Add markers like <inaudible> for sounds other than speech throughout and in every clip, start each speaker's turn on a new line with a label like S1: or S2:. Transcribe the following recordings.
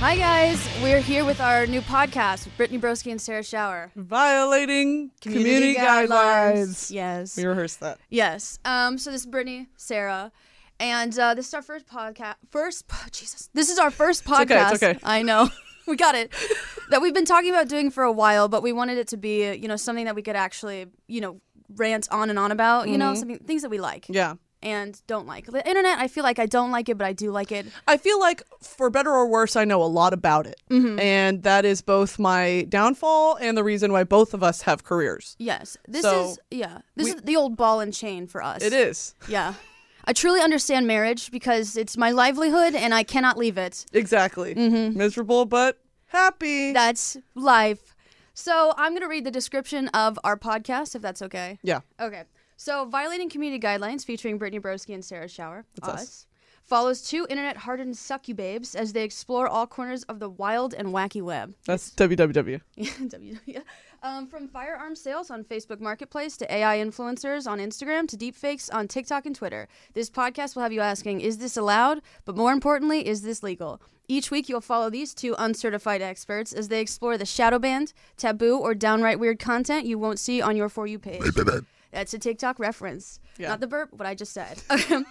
S1: Hi guys, we're here with our new podcast, with Brittany Broski and Sarah Shower.
S2: Violating community, guidelines.
S1: Yes.
S2: We rehearsed that.
S1: yes. Um. So this is Brittany, Sarah, and uh, this is our first podcast. First, po- Jesus, this is our first podcast.
S2: okay, it's okay.
S1: I know. <laughs> we got it. that we've been talking about doing for a while, but we wanted it to be, you know, something that we could actually, you know, rant on and on about. You
S2: Mm-hmm.
S1: know, something things that we like
S2: Yeah.
S1: and don't like. The internet, I feel like I don't like it, but I do like it.
S2: I feel like, for better or worse, I know a lot about it. And that is both my downfall and the reason why both of us have careers.
S1: Yes. This
S2: So,
S1: is yeah. This
S2: we-
S1: is the old ball and chain for us.
S2: It is.
S1: Yeah. I truly understand marriage because it's my livelihood and I cannot leave it.
S2: Exactly. Miserable, but happy.
S1: That's life. So I'm going to read the description of our podcast, if that's okay.
S2: yeah.
S1: Okay. So, Violating Community Guidelines featuring Brittany Broski and Sarah Shower.
S2: That's us.
S1: Follows two internet hardened succubabes as they explore all corners of the wild and wacky web.
S2: That's WWW.
S1: <laughs> Yeah, WW. Um, from firearm sales on Facebook Marketplace to AI influencers on Instagram to deepfakes on TikTok and Twitter. This podcast will have you asking, is this allowed? But more importantly, is this legal? Each week, you'll follow these two uncertified experts as they explore the shadow banned, taboo, or downright weird content you won't see on your For You page. That's Uh, a TikTok reference.
S2: Yeah.
S1: Not the burp, what I just said. <laughs>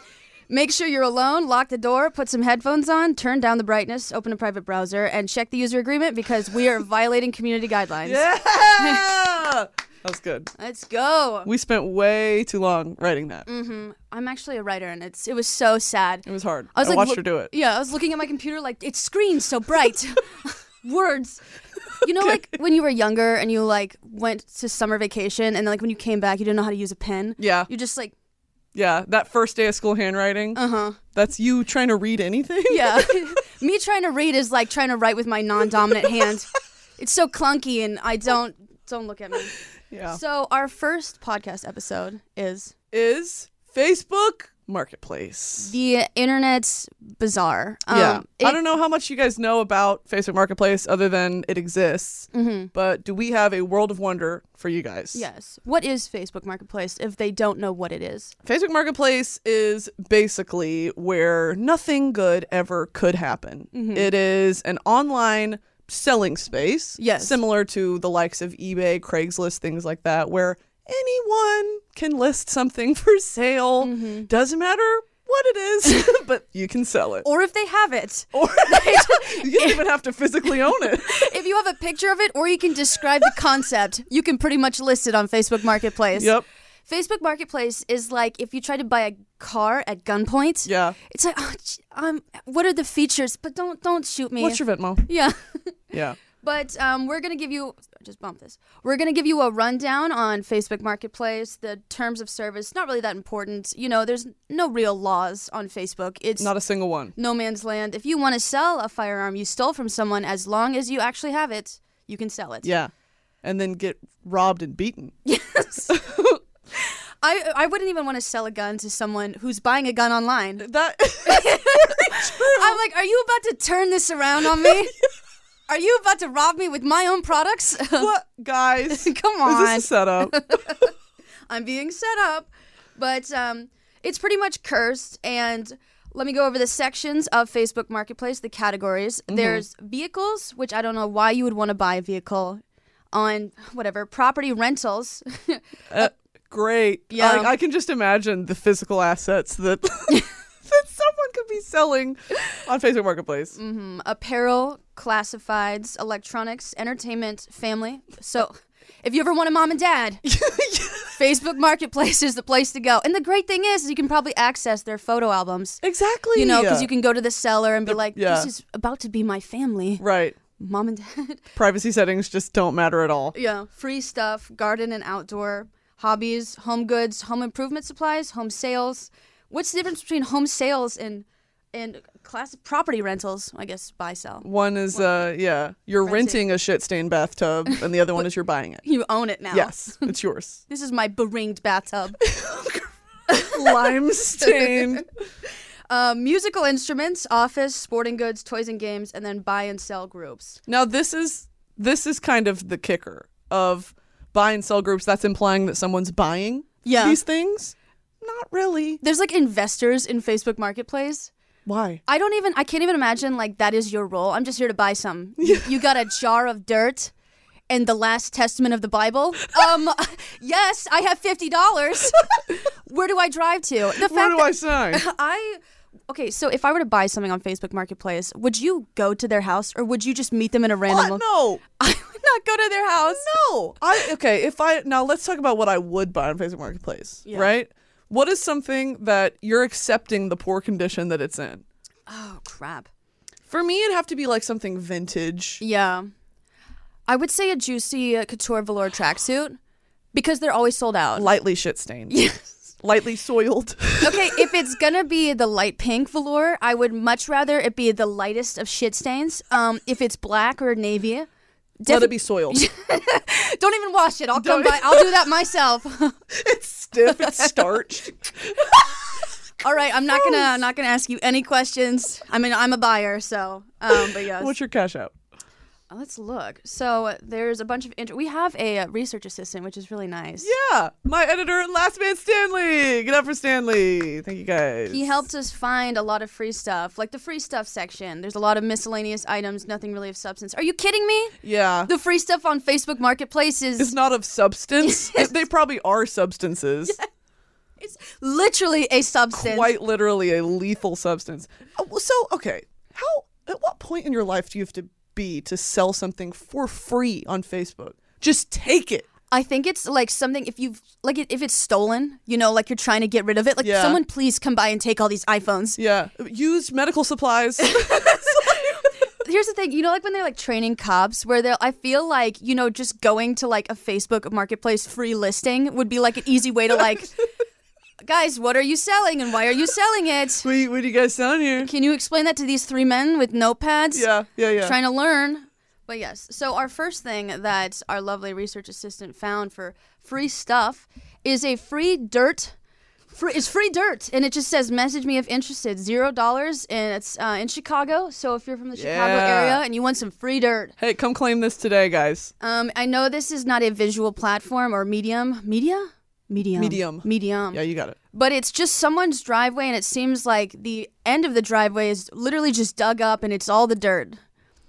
S1: Make sure you're alone, lock the door, put some headphones on, turn down the brightness, open a private browser, and check the user agreement because we are violating community guidelines.
S2: Yeah. <laughs> that was good.
S1: Let's go.
S2: We spent way too long writing that.
S1: I'm actually a writer and it's it was so sad.
S2: It was hard.
S1: I was like
S2: watched
S1: look-
S2: her do it.
S1: Yeah, I was looking at my computer like it screens so bright. <laughs> Words. You know like when you were younger and you like went to summer vacation and like when you came back you didn't know how to use a pen?
S2: Yeah.
S1: You just like,
S2: Yeah. That first day of school handwriting. Uh huh. That's you trying to read anything. <laughs>
S1: yeah. <laughs> Me trying to read is like trying to write with my non-dominant hand. It's so clunky and I don't don't look at me.
S2: Yeah.
S1: So our first podcast episode is
S2: is Facebook Marketplace.
S1: the internet's bizarre. Um,
S2: yeah.
S1: it-
S2: I don't know how much you guys know about Facebook Marketplace other than it exists,
S1: Mm-hmm.
S2: but do we have a world of wonder for you guys?
S1: Yes. What is Facebook Marketplace if they don't know what it is?
S2: Facebook Marketplace is basically where nothing good ever could happen.
S1: Mm-hmm.
S2: It is an online selling space,
S1: Yes.
S2: similar to the likes of eBay, Craigslist, things like that, where anyone can list something <laughs> for sale.
S1: Mm-hmm.
S2: Doesn't matter what it is, <laughs> but you can sell it.
S1: Or if they have it.
S2: Or
S1: <laughs>
S2: you don't even have to physically own it.
S1: if you have a picture of it or you can describe the concept, you can pretty much list it on Facebook Marketplace.
S2: Yep.
S1: Facebook Marketplace is like if you try to buy a car at gunpoint.
S2: Yeah.
S1: It's like, oh, gee, um, what are the features? But don't don't shoot me.
S2: What's your Venmo?
S1: <laughs> yeah.
S2: Yeah.
S1: But um, we're gonna give you just bump this. We're gonna give you a rundown on Facebook Marketplace, the terms of service. Not really that important, you know. There's no real laws on Facebook. It's
S2: Not a single one.
S1: no man's land. If you want to sell a firearm you stole from someone, as long as you actually have it, you can sell it.
S2: Yeah. And then get robbed and beaten.
S1: Yes. I I wouldn't even want to sell a gun to someone who's buying a gun
S2: <laughs>
S1: online.
S2: That
S1: I'm like, are you about to turn this around on
S2: <laughs>
S1: me? Are you about to rob me with my own
S2: <laughs>
S1: products?
S2: what <laughs> guys?
S1: Come
S2: Is this
S1: on. <laughs>
S2: a setup?
S1: I'm being set up. But um, it's pretty much cursed. And let me go over the sections of Facebook Marketplace, the categories. There's vehicles, which I don't know why you would want to buy a vehicle on whatever property rentals. <laughs>
S2: Uh, great.
S1: Yeah.
S2: Like, I can just imagine the physical assets that
S1: <laughs>
S2: <laughs> that someone could be selling on Facebook Marketplace. <laughs>
S1: Mm, apparel, classifieds, electronics, entertainment, family. So if you ever want a mom and dad, <laughs> Facebook Marketplace is the place to go. And the great thing is, you can probably access their photo albums.
S2: Exactly.
S1: You know, because you can go to the seller and be like,
S2: yeah.
S1: this is about to be my family.
S2: Right.
S1: Mom and <laughs> dad.
S2: Privacy settings just don't matter at all.
S1: yeah. Free stuff, garden and outdoor, hobbies, home goods, home improvement supplies, home sales. What's the difference between home sales and and class property rentals? I guess buy sell.
S2: One is uh yeah, you're renting, a shit stained bathtub and the other one is you're buying it.
S1: You own it now.
S2: Yes, it's yours.
S1: This is my beringed bathtub.
S2: <laughs> Lime stained.
S1: uh, musical instruments, office, sporting goods, toys and games, and then buy and sell groups.
S2: Now this is this is kind of the kicker of buy and sell groups. That's implying that someone's buying
S1: Yeah.
S2: these things. Not really.
S1: There's like investors in Facebook Marketplace.
S2: Why?
S1: I don't even I can't even imagine like that is your role. I'm just here to buy
S2: <laughs>
S1: some. You, you got a jar of dirt and the last testament of the Bible. Um <laughs> yes, I have fifty
S2: <laughs>
S1: dollars. Where do I drive to? The fact
S2: Where do
S1: that
S2: I <laughs> sign?
S1: I Okay, so if I were to buy something on Facebook Marketplace, would you go to their house or would you just meet them in a random
S2: What?
S1: lo-
S2: No.
S1: <laughs> I would not go to their house.
S2: No. I okay, if I now let's talk about what I would buy on Facebook Marketplace,
S1: Yeah.
S2: right? What is something that you're accepting the poor condition that it's in?
S1: Oh crap.
S2: For me it'd have to be like something vintage.
S1: Yeah. I would say a juicy uh, couture velour tracksuit because they're always sold out.
S2: Lightly shit stained. Lightly soiled.
S1: okay, if it's gonna be the light pink velour, I would much rather it be the lightest of shit stains. Um, if it's black or navy,
S2: Let
S1: defi-
S2: it be soiled.
S1: don't even wash it. I'll come
S2: Don't-
S1: by. I'll do that myself.
S2: it's <laughs> stiff, it's <laughs> starched.
S1: All right, I'm not gonna. I'm not gonna ask you any questions. I mean, I'm a buyer, so. Um, but yes. Uh,
S2: What's your cash out?
S1: Let's look. So uh, there's a bunch of. Inter- we have a uh, research assistant, which is really nice.
S2: Yeah. My editor at Last Man Stanley. Get up for Stanley. Thank you guys.
S1: He helped us find a lot of free stuff, like the free stuff section. There's a lot of miscellaneous items, nothing really of substance. Are you kidding me?
S2: Yeah.
S1: The free stuff on Facebook Marketplace is
S2: it's not of substance. <laughs> they probably are substances.
S1: It's literally a substance.
S2: quite literally a lethal substance. Uh, well, So, okay, how at what point in your life do you have to be to sell something for free on Facebook? Just take it.
S1: I think it's like something if you've like if it's stolen, you know, like you're trying to get rid of it. Like
S2: Yeah.
S1: someone, please come by and take all these iPhones.
S2: Yeah, used medical <laughs> supplies.
S1: Here's the thing, you know, like when they're like training cops, where they're I feel like you know just going to like a Facebook Marketplace free listing would be like an easy way to
S2: <laughs>
S1: like, guys, what are you selling and why are you selling
S2: <laughs>
S1: it?
S2: Wait, what do you guys sound here?
S1: Can you explain that to these three men with notepads?
S2: Yeah, yeah, yeah.
S1: trying to learn. But yes, so our first thing that our lovely research assistant found for free stuff is a free dirt. Free, it's free dirt, and it just says "message me if interested." Zero dollars, and it's uh, in Chicago. So if you're from the Chicago
S2: Yeah.
S1: area and you want some free dirt,
S2: hey, come claim this today, guys.
S1: um, I know this is not a visual platform or medium, media, medium,
S2: Medium.
S1: medium.
S2: Yeah, you got it.
S1: But it's just someone's driveway, and it seems like the end of the driveway is literally just dug up, and it's all the dirt.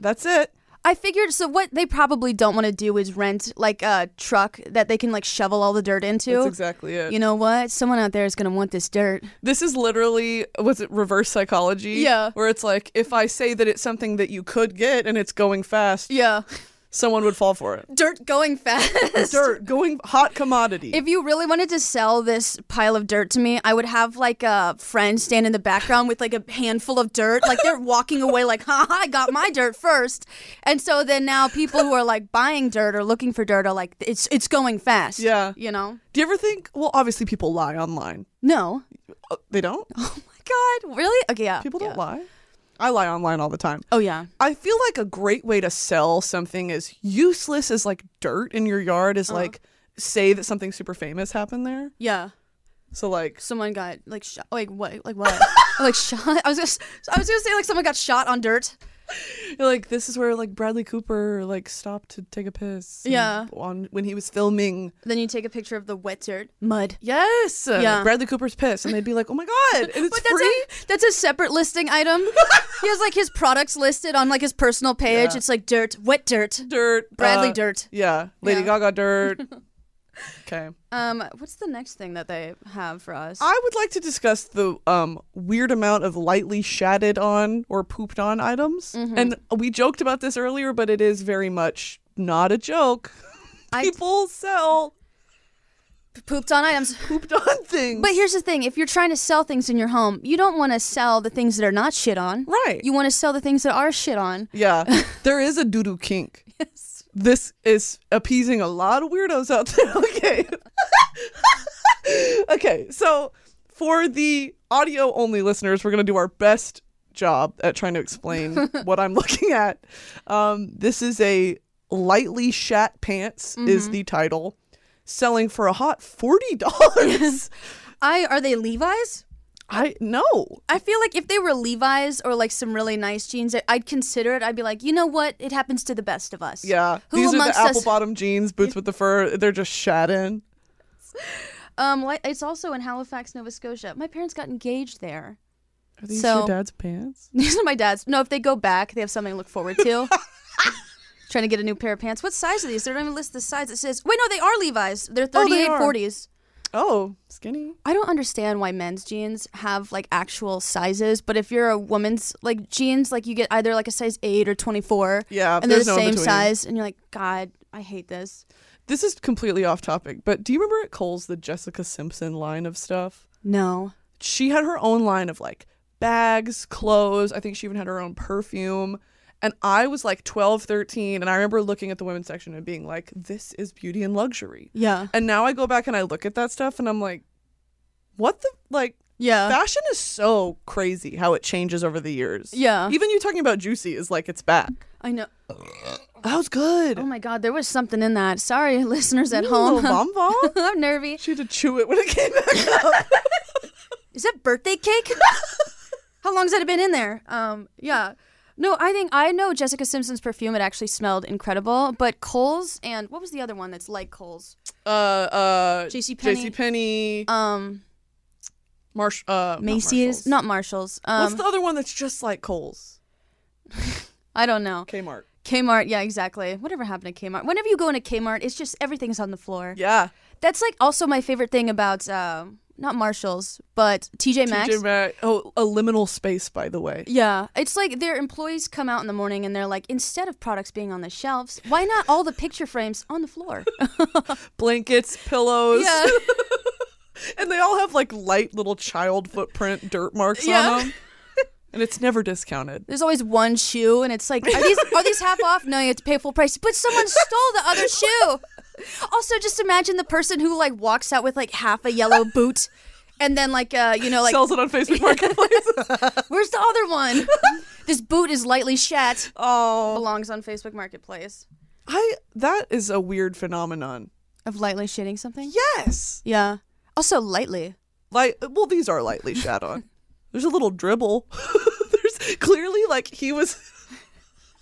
S2: That's it.
S1: I figured so what they probably don't want to do is rent like a truck that they can like shovel all the dirt into.
S2: That's exactly it.
S1: you know what? Someone out there is going to want this dirt.
S2: This is literally was it reverse psychology?
S1: Yeah.
S2: Where it's like if I say that it's something that you could get and it's going fast,
S1: Yeah.
S2: someone would fall for it.
S1: <laughs> Dirt going fast.
S2: Dirt going hot commodity.
S1: If you really wanted to sell this pile of dirt to me, I would have like a friend stand in the background with like a handful of dirt. Like they're walking away like, ha, ha, I got my dirt first. And so then now people who are like buying dirt or looking for dirt are like, it's it's going fast.
S2: Yeah.
S1: You know?
S2: Do you ever think? Well, obviously people lie online.
S1: No.
S2: Uh,
S1: <laughs>
S2: They don't.
S1: Oh my God. Really? Okay, yeah.
S2: People don't
S1: yeah.
S2: lie. I lie online all the time.
S1: Oh, yeah.
S2: I feel like a great way to sell something as useless as like dirt in your yard
S1: Uh-huh.
S2: is like say that something super famous happened there.
S1: Yeah.
S2: So like
S1: someone got like shot. Like what? Like <laughs> what? like shot. I was just. I was gonna say like someone got shot on dirt.
S2: you're like this is where like Bradley Cooper like stopped to take a piss. and-
S1: Yeah.
S2: On when he was filming.
S1: Then you take a picture of the wet dirt, mud.
S2: Yes.
S1: Yeah.
S2: Bradley Cooper's piss, and they'd be like, oh my
S1: <laughs>
S2: god, and it's
S1: But that's
S2: free.
S1: a that's a separate listing <laughs> item. he has like his products listed on like his personal page.
S2: Yeah.
S1: It's like dirt, wet dirt,
S2: dirt.
S1: Bradley
S2: uh,
S1: dirt.
S2: Yeah. Lady
S1: Yeah. <laughs>
S2: Gaga dirt. okay.
S1: Um, what's the next thing that they have for us?
S2: I would like to discuss the um, weird amount of lightly shatted on or pooped on items.
S1: Mm-hmm.
S2: And we joked about this earlier, but it is very much not a joke.
S1: I-
S2: People sell
S1: Pooped on items.
S2: pooped on things.
S1: But here's the thing: if you're trying to sell things in your home, you don't want to sell the things that are not shit on.
S2: right.
S1: You want to sell the things that are shit on.
S2: yeah.
S1: <laughs>
S2: there is a doo doo kink.
S1: Yes.
S2: This is appeasing a lot of weirdos out there. <laughs> okay. okay. So for the audio only listeners, we're going to do our best job at trying
S1: <laughs>
S2: to explain what I'm looking at. Um, this is a lightly shat pants
S1: Mm-hmm.
S2: is the title, selling for a hot
S1: <laughs>
S2: forty dollars.
S1: I are they Levi's?
S2: I know.
S1: I feel like if they were Levi's or like some really nice jeans, I- I'd consider it. I'd be like, you know what? It happens to the best of us.
S2: Yeah,
S1: Who
S2: these are the
S1: amongst us-
S2: apple bottom jeans, boots with the fur. They're just shat in.
S1: Um, like, it's also in Halifax, Nova Scotia. My parents got engaged there. <laughs>
S2: Are these
S1: So-
S2: your dad's pants?
S1: These are my dad's. No, if they go back, they have something to look forward
S2: <laughs>
S1: to. Trying to get a new pair of pants. What size are these? They don't even list the size. It says, wait, no, they are Levi's. They're
S2: Oh, they
S1: 38
S2: are.
S1: 40s.
S2: Oh, skinny.
S1: I don't understand why men's jeans have like actual sizes, but if you're a woman's like jeans, like you get either like a size 8 or 24,
S2: Yeah,
S1: and they're the
S2: there's no in
S1: same
S2: between.
S1: size, and you're like, God, I hate this.
S2: This is completely off topic, but do you remember at Cole's the Jessica Simpson line of stuff?
S1: No.
S2: She had her own line of like bags, clothes. I think she even had her own perfume. And I was like 12, 13, and I remember looking at the women's section and being like, this is beauty and luxury.
S1: Yeah.
S2: And now I go back and I look at that stuff and I'm like, what the? Like,
S1: Yeah.
S2: fashion is so crazy how it changes over the years.
S1: Yeah.
S2: Even you talking about Juicy is like, it's back.
S1: I know.
S2: That was good.
S1: Oh my God, there was something in that. Sorry, <laughs> listeners at
S2: Ooh,
S1: home.
S2: little Vom Vom.
S1: <laughs> I'm nervy.
S2: She had to chew it when it came back up.
S1: Is that birthday
S2: <laughs>
S1: cake? How long's that been in there? Um, yeah. No, I think I know Jessica Simpson's perfume. It actually smelled incredible. But Cole's and what was the other one that's like Cole's?
S2: uh, uh,
S1: JCPenney.
S2: JCPenney,
S1: Um,
S2: Marsh, uh, not
S1: Macy's,
S2: Marshalls.
S1: not Marshalls. Um,
S2: What's the other one that's just like Kohl's?
S1: I don't know.
S2: Kmart.
S1: Kmart, yeah, exactly. Whatever happened to Kmart? Whenever you go into Kmart, it's just everything's on the floor.
S2: Yeah.
S1: That's like also my favorite thing about um, not Marshalls, but TJ Maxx.
S2: TJ Maxx. Oh, a liminal space, by the way.
S1: Yeah, it's like their employees come out in the morning and they're like, instead of products being on the shelves, why not all the picture frames on the
S2: <laughs>
S1: floor?
S2: Blankets, pillows.
S1: yeah,
S2: And they all have like light little child footprint dirt marks
S1: Yeah. <laughs>
S2: on them. And it's never discounted.
S1: there's always one shoe, and it's like, are these are these half off? No, you have to pay full price. But someone stole the other <laughs> shoe. Also, just imagine the person who like walks out with like half a yellow boot, and then like uh, you know like,
S2: Sells it on Facebook Marketplace.
S1: <laughs> where's the other one? this boot is lightly shat.
S2: oh,
S1: Belongs on Facebook Marketplace.
S2: I that is a weird phenomenon.
S1: Of lightly shitting something.
S2: Yes.
S1: Yeah. Also lightly.
S2: like well these are lightly shat on there's a little dribble <laughs> there's clearly like he was <laughs>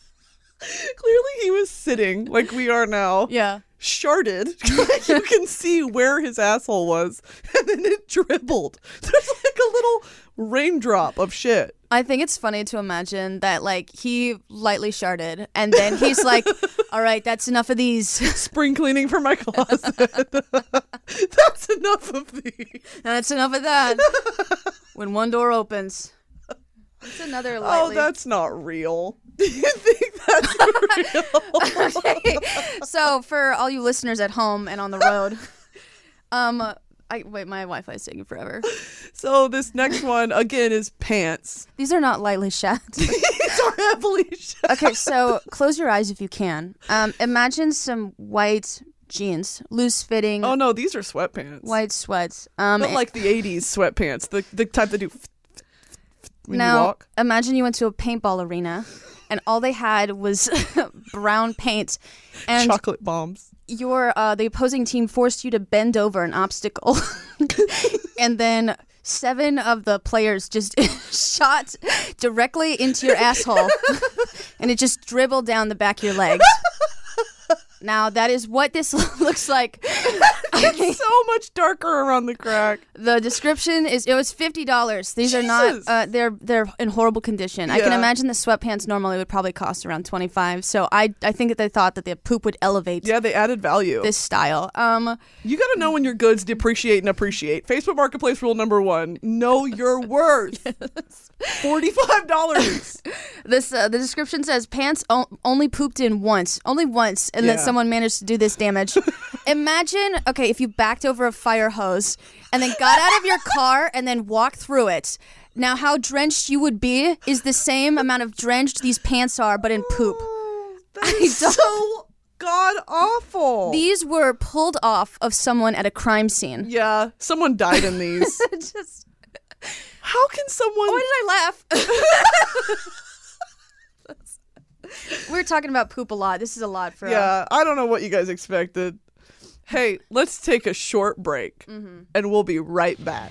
S2: clearly he was sitting like we are now
S1: Yeah.
S2: sharded <laughs> like you can see where his asshole was <laughs> and then it dribbled there's like a little raindrop of shit
S1: I think it's funny to imagine that like he lightly sharded and then he's <laughs> like, "All right, that's enough of these.
S2: spring cleaning for my closet <laughs> that's enough of these
S1: Now that's enough of
S2: <laughs>
S1: that." when one door opens, it's another
S2: oh
S1: lightly.
S2: that's not real <laughs> do you think that's real
S1: so for all you listeners at home and on the
S2: <laughs>
S1: road, um, I wait, my Wi-Fi is taking forever.
S2: so this next one again is pants
S1: These are not lightly shat.
S2: <laughs> These are heavily shut.
S1: Okay, so close your eyes if you can. Um, imagine some white jeans, loose fitting,
S2: Oh no, these are sweatpants.
S1: white sweats. Um,
S2: But like the '80s sweatpants, the the type that do when
S1: now,
S2: you walk.
S1: imagine you went to a paintball arena and all they had was <laughs> brown paint and
S2: Chocolate bombs.
S1: your uh, the opposing team forced you to bend over an obstacle <laughs> and then seven of the players just <laughs> shot directly into your asshole <laughs> and it just dribbled down the back of your legs now that is what this <laughs> looks like <laughs>
S2: It's so much darker around the crack.
S1: The description is it was fifty dollars. These are not
S2: Jesus.
S1: uh, they're they're in horrible condition. I can
S2: Yeah.
S1: imagine the sweatpants normally would probably cost around twenty five. So I I think that they thought that the poop would elevate
S2: Yeah, they added value.
S1: this style. Um
S2: you got to know when your goods depreciate and appreciate. Facebook Marketplace rule number one:
S1: <laughs>
S2: know your worth. Forty-five dollars.
S1: <laughs> this uh, the description says pants o- only pooped in once, only once, and then
S2: Yeah.
S1: someone managed to do this damage. imagine okay if you backed over a fire hose and then got out of your car and then walked through it. Now how drenched you would be is the same amount of drenched these pants are, but in poop.
S2: Oh, that is
S1: don't-
S2: so god awful.
S1: These were pulled off of someone at a crime
S2: <laughs>
S1: scene.
S2: yeah, someone died
S1: <laughs>
S2: in these.
S1: Just
S2: How can someone?
S1: why did I laugh? We're talking about poop a lot. This is a lot for us.
S2: Yeah, I don't know what you guys expected. Hey, let's take a short break and we'll be right back.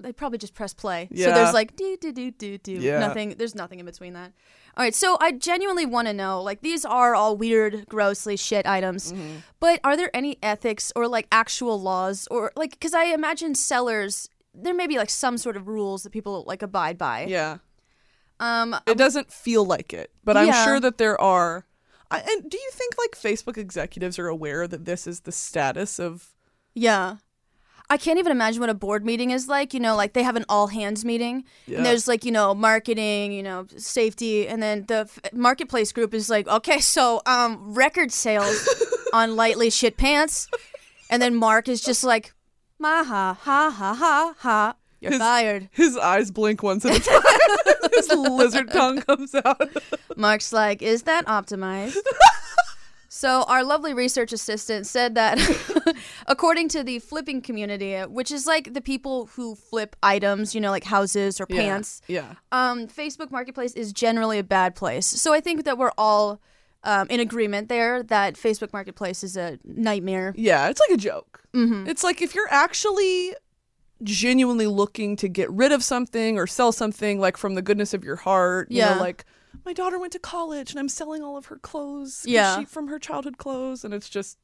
S1: they probably just press play. So
S2: Yeah.
S1: there's like do do do do do.
S2: Yeah.
S1: Nothing. There's nothing in between that. All right. So I genuinely want to know. Like these are all weird, grossly shit items.
S2: Mm-hmm.
S1: But are there any ethics or like actual laws or like because I imagine sellers there may be like some sort of rules that people like abide by.
S2: Yeah.
S1: Um.
S2: It doesn't feel like it, but I'm
S1: Yeah.
S2: sure that there are. I, and do you think like Facebook executives are aware that this is the status of?
S1: Yeah. I can't even imagine what a board meeting is like. You know, like they have an all hands meeting,
S2: Yeah.
S1: and there's like you know marketing, you know safety, and then the f- marketplace group is like, okay, so um record
S2: <laughs>
S1: sales on lightly shit pants, and then Mark is just like, ma ha ha ha ha ha, you're
S2: His-
S1: fired.
S2: His eyes blink once at a time. <laughs> His lizard tongue comes out.
S1: Mark's like, is that
S2: <laughs>
S1: optimized? so our lovely research assistant said that <laughs> according to the flipping community, which is like the people who flip items, you know, like houses or pants,
S2: Yeah.
S1: um, Facebook Marketplace is generally a bad place. So I think that we're all um, in agreement there that Facebook Marketplace is a nightmare.
S2: Yeah. It's like a joke. It's like if you're actually genuinely looking to get rid of something or sell something, like from the goodness of your heart. You
S1: Yeah.
S2: know, like my daughter went to college and I'm selling all of her clothes. 'cause
S1: Yeah.
S2: She, from her childhood clothes, and it's just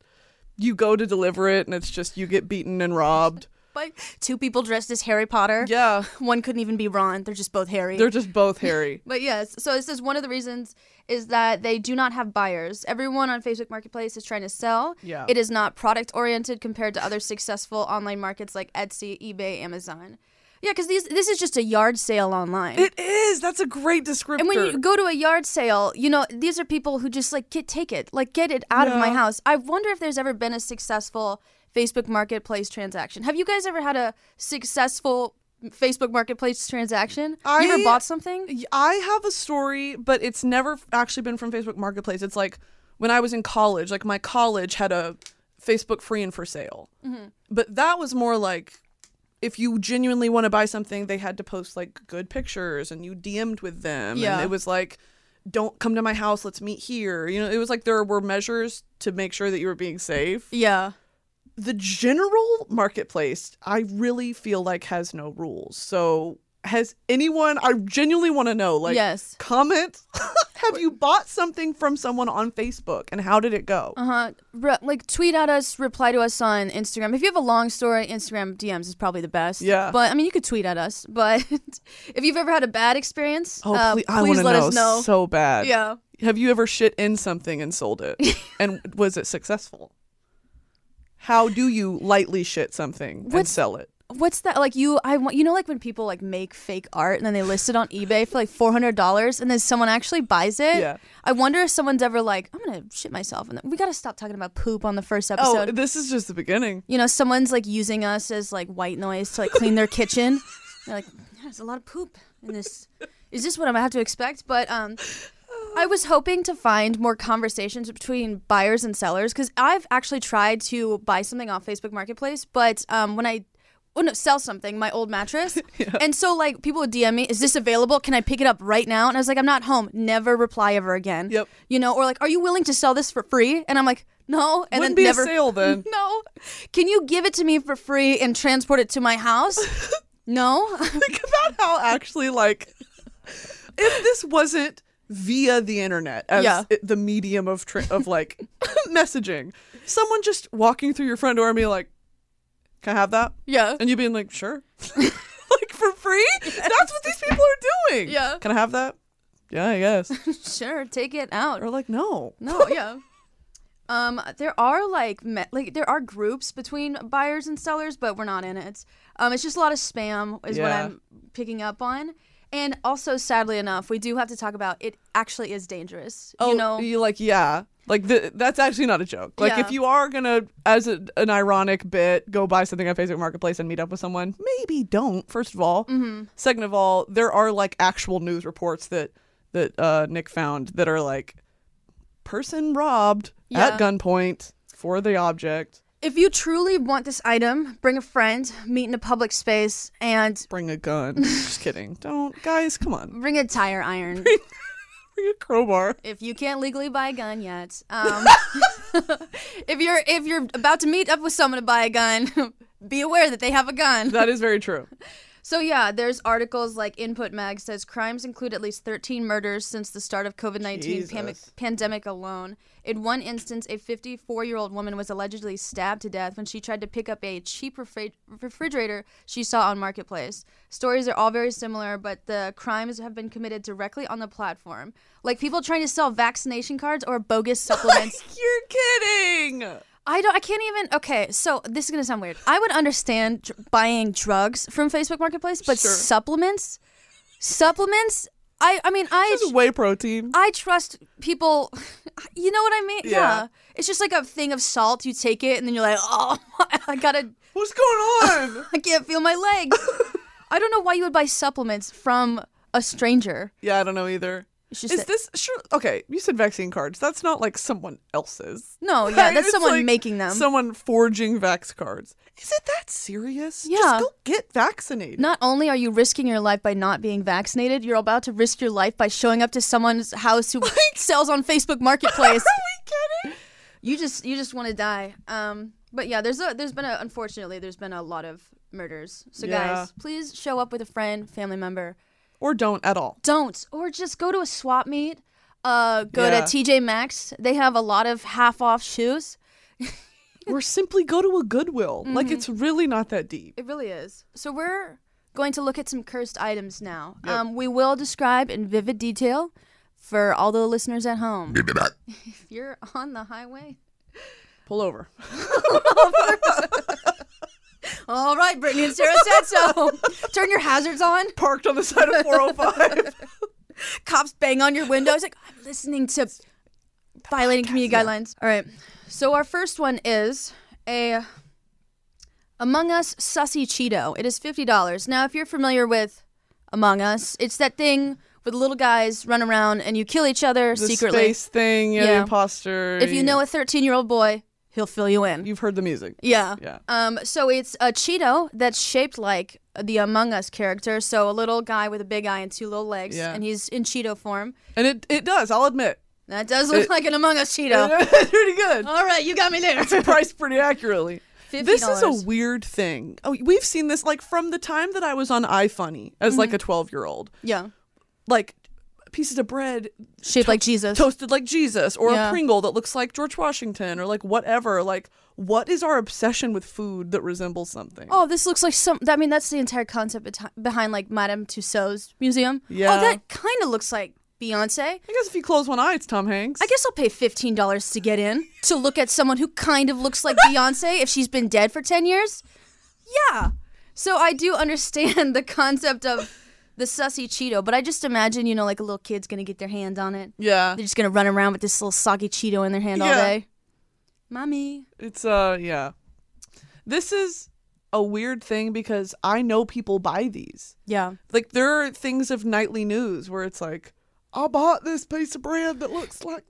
S2: you go to deliver it, and it's just you get beaten and robbed.
S1: But two people dressed as Harry Potter.
S2: Yeah.
S1: One couldn't even be Ron. They're just both Harry.
S2: They're just both hairy.
S1: But yes, so this is one of the reasons is that they do not have buyers. Everyone on Facebook Marketplace is trying to sell.
S2: Yeah.
S1: It is not product oriented compared to other successful online markets like Etsy, eBay, Amazon. Yeah, because these this is just a yard sale online.
S2: It is. That's a great descriptor.
S1: and when you go to a yard sale, you know these are people who just like get take it, like get it out of my
S2: Yeah.
S1: house. I wonder if there's ever been a successful Facebook Marketplace transaction. Have you guys ever had a successful Facebook Marketplace transaction? you ever
S2: I-
S1: bought something?
S2: Y- I have a story, but it's never f- actually been from Facebook Marketplace. It's like when I was in college, like my college had a Facebook free and for sale. But that was more like if you genuinely want to buy something, they had to post like good pictures and you DM'd with them.
S1: Yeah.
S2: And it was like, don't come to my house, let's meet here. You know, it was like there were measures to make sure that you were being safe.
S1: Yeah.
S2: the general marketplace i really feel like has no rules so has anyone i genuinely want to know like
S1: Yes.
S2: comment <laughs> have you bought something from someone on facebook and how did it go
S1: Uh huh. Re- like tweet at us, reply to us on Instagram. If you have a long story, Instagram DMs is probably the best.
S2: Yeah.
S1: But I mean, you could tweet at us. But <laughs> if you've ever had a bad experience,
S2: oh
S1: uh,
S2: ple- i want
S1: please
S2: to
S1: let
S2: know,
S1: us know.
S2: so bad
S1: yeah.
S2: have you ever shit in something and
S1: <laughs>
S2: sold it and was it successful how do you lightly shit something and
S1: What's-
S2: sell it
S1: What's that like? You, I want you know, like when people like make fake art and then they list it on eBay for like four hundred dollars, and then someone actually buys it.
S2: Yeah.
S1: I wonder if someone's ever like, I'm gonna shit myself, and we gotta stop talking about poop on the first
S2: oh
S1: episode.
S2: this is just the beginning
S1: you know, someone's like using us as like white noise to like clean their kitchen. They're like, "Yeah, there's a lot of poop in this. Is this what I'm gonna have to expect? But um, I was hoping to find more conversations between buyers and sellers because I've actually tried to buy something off Facebook Marketplace, but um, when I Oh, no, sell something, my old
S2: <laughs>
S1: mattress. And so, like, people would DM me, is this available? Can I pick it up right now? And I was like, I'm not home. Never reply ever again.
S2: Yep.
S1: You know, or like, are you willing to sell this for free? And I'm like, no. And
S2: Wouldn't
S1: then
S2: be a
S1: never, <laughs>
S2: sale then. <laughs>
S1: no. Can you give it to me for free and transport it to my house? No. <laughs>
S2: Think about how actually like if this wasn't via the internet as
S1: Yeah.
S2: it- the medium of tra- of like <coughs> messaging, someone just walking through your front door and be like, "Can I have that?"
S1: yeah.
S2: And you being like, "Sure," <laughs> like for
S1: <laughs>
S2: free. That's what these people are doing.
S1: Yeah.
S2: Can I have that? Yeah, I guess.
S1: Sure. Take it
S2: <laughs>
S1: out.
S2: Or like, no.
S1: No, yeah. Um, there are like me- like there are groups between buyers and sellers, but we're not in it. Um, it's just a lot of spam is what
S2: Yeah.
S1: I'm picking up on, and also sadly enough, we do have to talk about it. Actually, is dangerous.
S2: Oh,
S1: you know,
S2: you like yeah. Like the, that's actually not a joke. Like
S1: Yeah.
S2: if you are gonna, as a, an ironic bit, go buy something on Facebook Marketplace and meet up with someone, maybe don't. First of all,
S1: Mm-hmm.
S2: second of all, there are like actual news reports that that uh, Nick found that are like person robbed
S1: Yeah.
S2: at gunpoint for the object.
S1: if you truly want this item, bring a friend, meet in a public space, and
S2: Bring
S1: <laughs>
S2: a gun. Just kidding. Don't guys. Come on.
S1: bring a tire iron.
S2: <laughs> Bring a crowbar.
S1: if you can't legally buy a gun yet, um, <laughs> if you're if you're about to meet up with someone to buy a gun, <laughs> be aware that they have a gun.
S2: That is
S1: <laughs>
S2: very true.
S1: So yeah, there's articles like Input Mag says crimes include at least 13 murders since the start of COVID-19 pam-
S2: Jesus.
S1: pandemic alone. In one instance, a 54-year-old woman was allegedly stabbed to death when she tried to pick up a cheap refri- refrigerator she saw on Marketplace. Stories are all very similar, but the crimes have been committed directly on the platform, like people trying to sell vaccination cards or bogus supplements.
S2: You're kidding.
S1: I don't. I can't even. Okay, so this is gonna sound weird. I would understand dr- buying drugs from Facebook Marketplace, but
S2: Sure.
S1: supplements, supplements. I. I mean, I.
S2: This is whey protein.
S1: I trust people. <laughs> You know what I mean?
S2: Yeah.
S1: It's just like a thing of salt. You take it, and then you're like, oh, <laughs> I gotta.
S2: What's going on? <laughs>
S1: I can't feel my legs. I don't know why you would buy supplements from a stranger.
S2: Yeah, I don't know either.
S1: It's just
S2: Is
S1: that-
S2: this sure? Okay, you said vaccine cards. That's not like someone else's. <laughs>
S1: no, yeah,
S2: Right?
S1: that's
S2: It's
S1: someone
S2: like
S1: making them.
S2: Someone forging vax cards. Is it that serious?
S1: Yeah.
S2: Just go get vaccinated.
S1: Not only are you risking your life by not being vaccinated, you're about to risk your life by showing up to someone's house
S2: <laughs>
S1: who sells on Facebook Marketplace.
S2: Are we kidding?
S1: you just you just want to die. Um, but yeah, there's a there's been a unfortunately there's been a lot of murders. So
S2: Yeah.
S1: guys, please show up with a friend, family member.
S2: Or don't at all.
S1: Don't or just go to a swap meet. Uh, go
S2: Yeah.
S1: to TJ Maxx. They have a lot of half off shoes.
S2: or simply go to a Goodwill. Like
S1: Mm-hmm.
S2: it's really not that deep.
S1: It really is. So we're going to look at some cursed items now. Um, we will describe in vivid detail for all the listeners at home. <laughs> if you're on the highway.
S2: Pull over.
S1: All right, Brittany and Sarah said so. Turn your hazards on.
S2: Parked on the side of
S1: <laughs>
S2: 405.
S1: Cops bang on your windows. Like, I'm listening to violating community guidelines. All right. So our first one is a Among Us Sussy Cheeto. It is $50. Now, if you're familiar with Among Us, it's that thing where the little guys run around and you kill each other
S2: the
S1: secretly.
S2: space thing, yeah,
S1: Yeah.
S2: the imposter.
S1: If you know a 13 year old boy, he'll fill you in.
S2: You've heard the music.
S1: Yeah.
S2: Yeah.
S1: Um, so it's a Cheeto that's shaped like the Among Us character. So a little guy with a big eye and two little legs,
S2: Yeah.
S1: and he's in Cheeto form.
S2: And it, it does, I'll admit.
S1: That does look
S2: It-
S1: like an Among Us Cheeto.
S2: <laughs> pretty good.
S1: All right, you got me there.
S2: priced pretty accurately. This is a
S1: $50.
S2: weird thing. Oh, we've seen this like from the time that I was on iFunny as like
S1: Mm-hmm.
S2: a 12 year old.
S1: yeah.
S2: Like pieces of bread
S1: Shaped like Jesus.
S2: toasted like Jesus or
S1: Yeah.
S2: a Pringle that looks like George Washington or like whatever. Like, what is our obsession with food that resembles something?
S1: Oh, this looks like some. I mean, that's the entire concept beti- behind like Madame Tussauds museum. Oh,
S2: Yeah.
S1: that kind of looks like Beyonce.
S2: I guess if you close one eye, it's Tom Hanks.
S1: I guess I'll pay fifteen dollars to get in to look at someone who kind of looks like Beyonce if she's been dead for ten years. Yeah. So I do understand <laughs> the concept of the sussy Cheeto, but I just imagine, you know, like a little kid's gonna get their hand on it.
S2: yeah.
S1: They're just gonna run around with this little soggy Cheeto in their hand all
S2: Yeah.
S1: day. Mommy.
S2: It's, uh, yeah. This is a weird thing because I know people buy these.
S1: Yeah.
S2: like there are things of nightly news where it's like i bought this piece of bread that looks like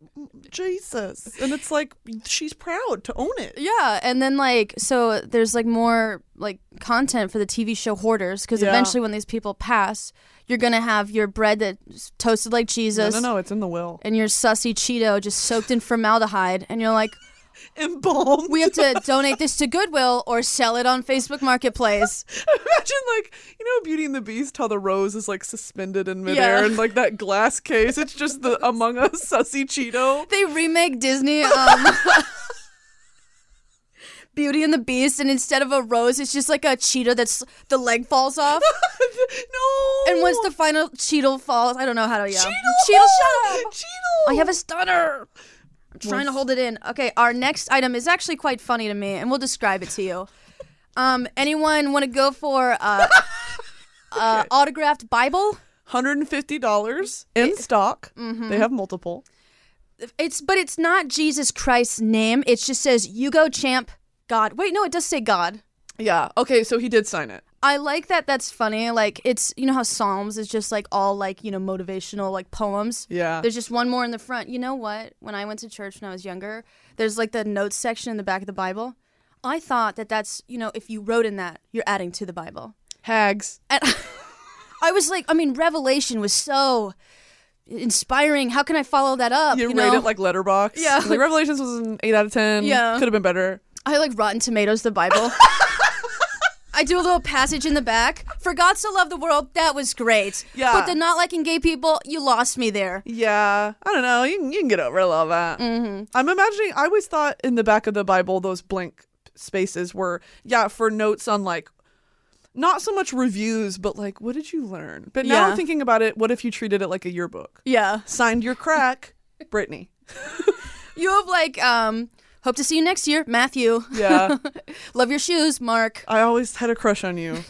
S2: jesus and it's like she's proud to own it
S1: Yeah, and then like so there's like more like content for the TV show Hoarders because
S2: Yeah.
S1: eventually when these people pass, you're gonna have your bread that's toasted like
S2: no
S1: Jesus.
S2: no no it's in the will
S1: and your sussy Cheeto just soaked in formaldehyde, and you're like,
S2: embalmed.
S1: We have <laughs> to donate this to Goodwill or sell it on Facebook Marketplace.
S2: <laughs> Imagine like you know Beauty and the Beast how the rose is like suspended in midair
S1: Yeah.
S2: and like that glass case. It's just the Among Us sussy Cheeto.
S1: They remake Disney um, Beauty and the Beast, and instead of a rose, it's just like a cheetah that's the leg falls off.
S2: <laughs> no.
S1: And once the final Cheetle falls, I don't know how to yell.
S2: Cheetle,
S1: Cheetle, shut up!
S2: Cheetle.
S1: I have a stunner. I'm trying to hold it in. Okay, our next item is actually quite funny to me, and we'll describe it to you. Um, anyone want to go for uh, uh, autographed Bible?
S2: hundred and fifty dollars in stock. They have multiple.
S1: It's but it's not Jesus Christ's name. It just says "You go, champ." God. Wait, no, it does say God.
S2: Yeah. Okay. So he did sign it.
S1: I like that. That's funny. Like it's you know how Psalms is just like all like you know motivational like poems.
S2: Yeah.
S1: There's just one more in the front. You know what? When I went to church when I was younger, there's like the notes section in the back of the Bible. I thought that that's you know if you wrote in that you're adding to the Bible.
S2: Hags.
S1: And <laughs> I was like, I mean, Revelation was so inspiring. How can I follow that up?
S2: <laughs> You,
S1: You,
S2: rate
S1: know,
S2: it like Letterbox.
S1: Yeah.
S2: Like Revelations was an eight out of ten.
S1: Yeah.
S2: Could have been better.
S1: I like Rotten Tomatoes the
S2: <laughs>
S1: Bible. I do a little passage in the back. For God so loved the world, that was great.
S2: Yeah.
S1: But the not liking gay people, you lost me there.
S2: Yeah, I don't know. You can, you can get over a little bit. Mm-hmm. I'm imagining. I always thought in the back of the Bible those blank spaces were yeah for notes on like not so much reviews, but like what did you learn? But now
S1: Yeah.
S2: I'm thinking about it. What if you treated it like a yearbook?
S1: Yeah.
S2: Signed
S1: <laughs>
S2: your crack, Brittany.
S1: You have like, um, hope to see you next year, Matthew.
S2: Yeah,
S1: <laughs> Love your shoes, Mark.
S2: I always had a crush on you.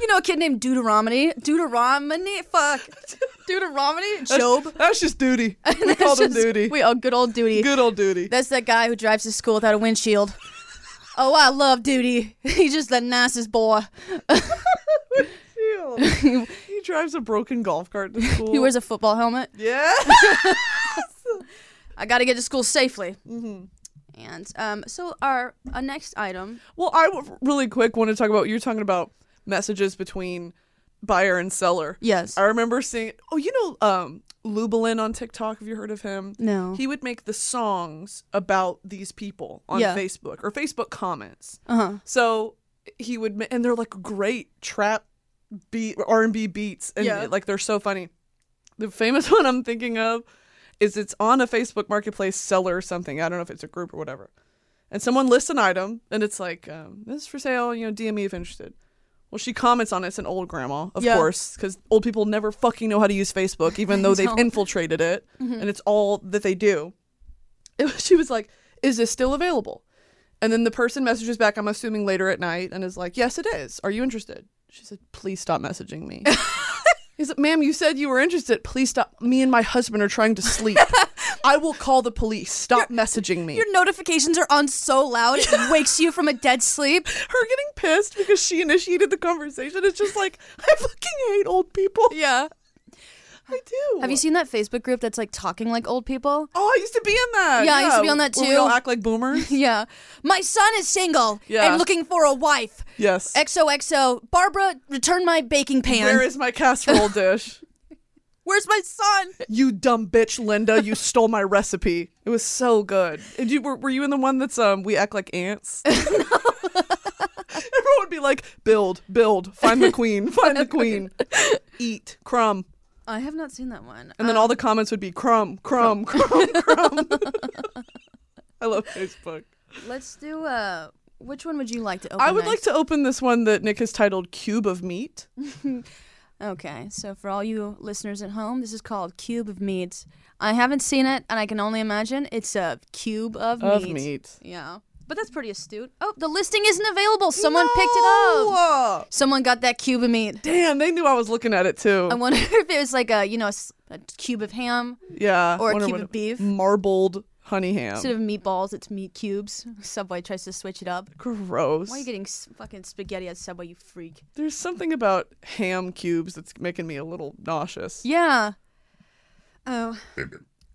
S1: You know a kid named Deuteronomy. Deuteronomy?
S2: <laughs>
S1: Fuck. Deuteronomy? Job?
S2: That's just duty. <laughs>
S1: <laughs>
S2: We called him
S1: Just-
S2: duty.
S1: We, oh, good old duty.
S2: Good old duty.
S1: That's that guy who drives to school without a
S2: <laughs>
S1: windshield. Oh, I love Duty. <laughs> He's just the nicest boy.
S2: Ew.
S1: <laughs>
S2: he drives a broken golf cart to school.
S1: He wears a football helmet. <laughs>
S2: yeah.
S1: I got to get to school safely.
S2: Mm-hmm.
S1: And um, so our uh, next item.
S2: Well, I w- really quick want to talk about you're talking about messages between buyer and seller.
S1: Yes.
S2: I remember seeing. Oh, you know, um, Lubalin on TikTok. Have you heard of him?
S1: No.
S2: He would make the songs about these people on
S1: Yeah.
S2: Facebook or Facebook comments.
S1: Uh huh.
S2: So he would, ma- and they're like great trap beat R and B beats, and
S1: Yeah.
S2: like they're so funny. The famous <laughs> one I'm thinking of is it's on a Facebook Marketplace seller or something. I don't know if it's a group or whatever, and someone lists an item, and it's like um, this is for sale. You know, DM me if interested. Well, she comments on it. It's an old grandma, of
S1: Yeah.
S2: course, because old people never fucking know how to use
S1: <laughs>
S2: Facebook, even though they've
S1: don't.
S2: infiltrated it,
S1: Mm-hmm.
S2: and it's all that they do. <laughs> It was, she was like, "Is this still available?" And then the person messages back, I'm assuming later at night, and is like, Yes, it is. Are you interested? She said, Please stop messaging <laughs> me. He said, Ma'am, you said you were interested. Please stop. Me and my husband are trying to <laughs> sleep. I will call the police. Stop messaging me.
S1: Your notifications are on so loud <laughs> it wakes you from a dead sleep.
S2: Her getting pissed because she initiated the conversation. It's just like, I fucking hate old people.
S1: Yeah.
S2: I do.
S1: Have you seen that Facebook group that's like talking like old people?
S2: Oh, I used to be in that.
S1: Yeah, I used to be on that
S2: Where we
S1: too.
S2: all act like <laughs> boomers.
S1: Yeah. My son is single
S2: Yeah.
S1: and looking for a wife.
S2: yes.
S1: XOXO. Barbara, return my baking pan.
S2: Where is my casserole dish?
S1: Where's my son?
S2: you dumb bitch linda you stole my recipe it was so good Did you, were, were you in the one that's um we act like
S1: <laughs>
S2: ants <laughs> everyone would be like build build find the
S1: <laughs>
S2: queen find the queen eat crumb
S1: I have not seen that one. Um,
S2: and then all the comments would be crumb
S1: <laughs>
S2: crumb crumb crumb <laughs> i love facebook
S1: Let's do. Uh, which one would you like to open?
S2: i would like to open this one that nick has titled cube of meat
S1: Okay, so for all you listeners at home, this is called Cube of Meat. I haven't seen it, and I can only imagine it's a cube of,
S2: of
S1: meat.
S2: meat
S1: Yeah, but that's pretty astute. Oh, the listing isn't available. Someone picked it up.
S2: No!
S1: Someone got that cube of meat.
S2: damn uh, they knew i was looking at it too
S1: I wonder <laughs> if it was like a you know a, s- a cube of ham
S2: yeah
S1: or a
S2: wonder
S1: cube
S2: what-
S1: of beef
S2: marbled honey ham
S1: instead of meatballs. It's meat cubes. Subway tries to switch it up.
S2: Gross.
S1: Why are you getting s- fucking spaghetti at Subway, you freak?
S2: There's something about ham cubes that's making me a little nauseous.
S1: Yeah. Oh.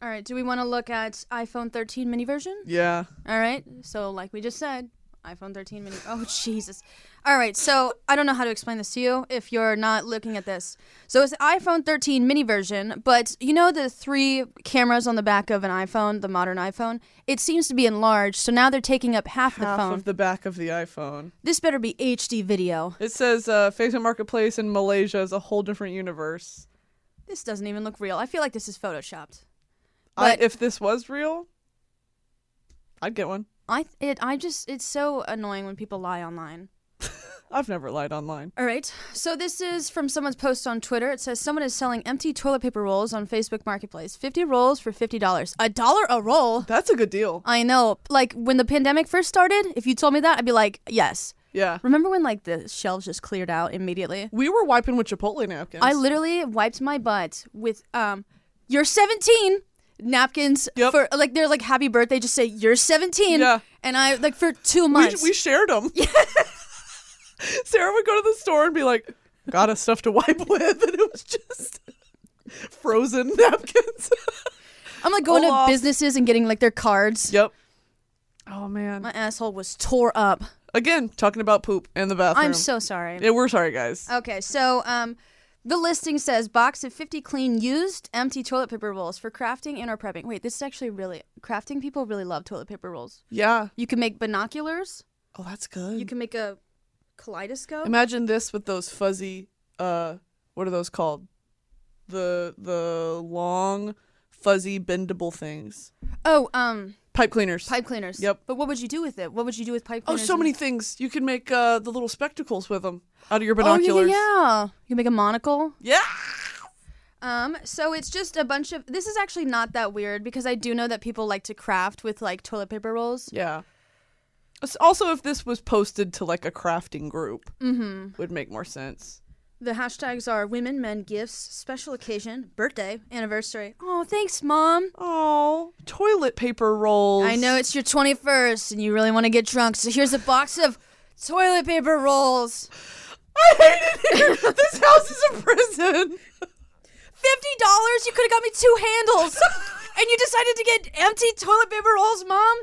S1: All right. Do we want to look at iPhone 13 mini version?
S2: Yeah.
S1: All right. So, like we just said, iPhone 13 mini. Oh, Jesus. All right. So I don't know how to explain this to you if you're not looking at this. So it's the iPhone 13 mini version, but you know the three cameras on the back of an iPhone, the modern iPhone? It seems to be enlarged. So now they're taking up half, the
S2: half
S1: phone.
S2: of the back of the iPhone.
S1: this better be HD video.
S2: It says uh, Facebook Marketplace in Malaysia is a whole different universe.
S1: This doesn't even look real. I feel like this is photoshopped.
S2: I,
S1: But-
S2: if this was real, I'd get one.
S1: I it I just it's so annoying when people lie online.
S2: I've never lied online.
S1: All right. So this is from someone's post on Twitter. It says someone is selling empty toilet paper rolls on Facebook Marketplace. 50 rolls for $50. A dollar a roll?
S2: That's a good deal.
S1: I know. Like when the pandemic first started, if you told me that, I'd be like, "Yes."
S2: Yeah.
S1: Remember when like the shelves just cleared out immediately?
S2: We were wiping with Chipotle napkins.
S1: I literally wiped my butt with um you're 17 napkins
S2: Yep.
S1: for like they're like happy birthday just say you're 17
S2: Yeah.
S1: and I like for 2
S2: we,
S1: months.
S2: we shared them. <laughs> Sarah would go to the store and be like, "Got a stuff to wipe <laughs> with," and it was just <laughs> frozen napkins. <laughs>
S1: I'm like going
S2: Olaf.
S1: to businesses and getting like their cards.
S2: yep. Oh man.
S1: My asshole was tore up.
S2: Again, talking about poop in the bathroom.
S1: I'm so Uh, sorry.
S2: Yeah, we're sorry, guys.
S1: Okay, so um, the listing says box of 50 clean used empty toilet paper rolls for crafting and or prepping. Wait, this is actually really crafting people really love toilet paper rolls.
S2: yeah.
S1: You can make binoculars.
S2: Oh, that's good.
S1: You can make a kaleidoscope.
S2: Imagine this with those fuzzy. Uh, what are those called? The the long, fuzzy, bendable things.
S1: oh, um,
S2: Pipe cleaners.
S1: pipe cleaners.
S2: Yep.
S1: But what would you do with it? What would you do with pipe
S2: Oh,
S1: cleaners?
S2: so
S1: and-
S2: many things. You can make uh, the little spectacles with them out of your
S1: Oh, yeah,
S2: binoculars.
S1: yeah, yeah. You can make a monocle.
S2: yeah.
S1: Um, so it's just a bunch of this is actually not that weird because I do know that people like to craft with like toilet paper rolls.
S2: Yeah. As- Also, if this was posted to like a crafting group,
S1: Mm-hmm.
S2: would make more sense.
S1: The hashtags are women, men, gifts, special occasion, birthday, anniversary. Oh, thanks, mom.
S2: Oh, toilet paper rolls.
S1: I know it's your 21st and you really want to get drunk, so here's a box of toilet paper rolls.
S2: I hate it here. this house is a
S1: <laughs>
S2: prison.
S1: $50? You could have got me two <laughs> handles. and you decided to get empty toilet paper rolls, mom?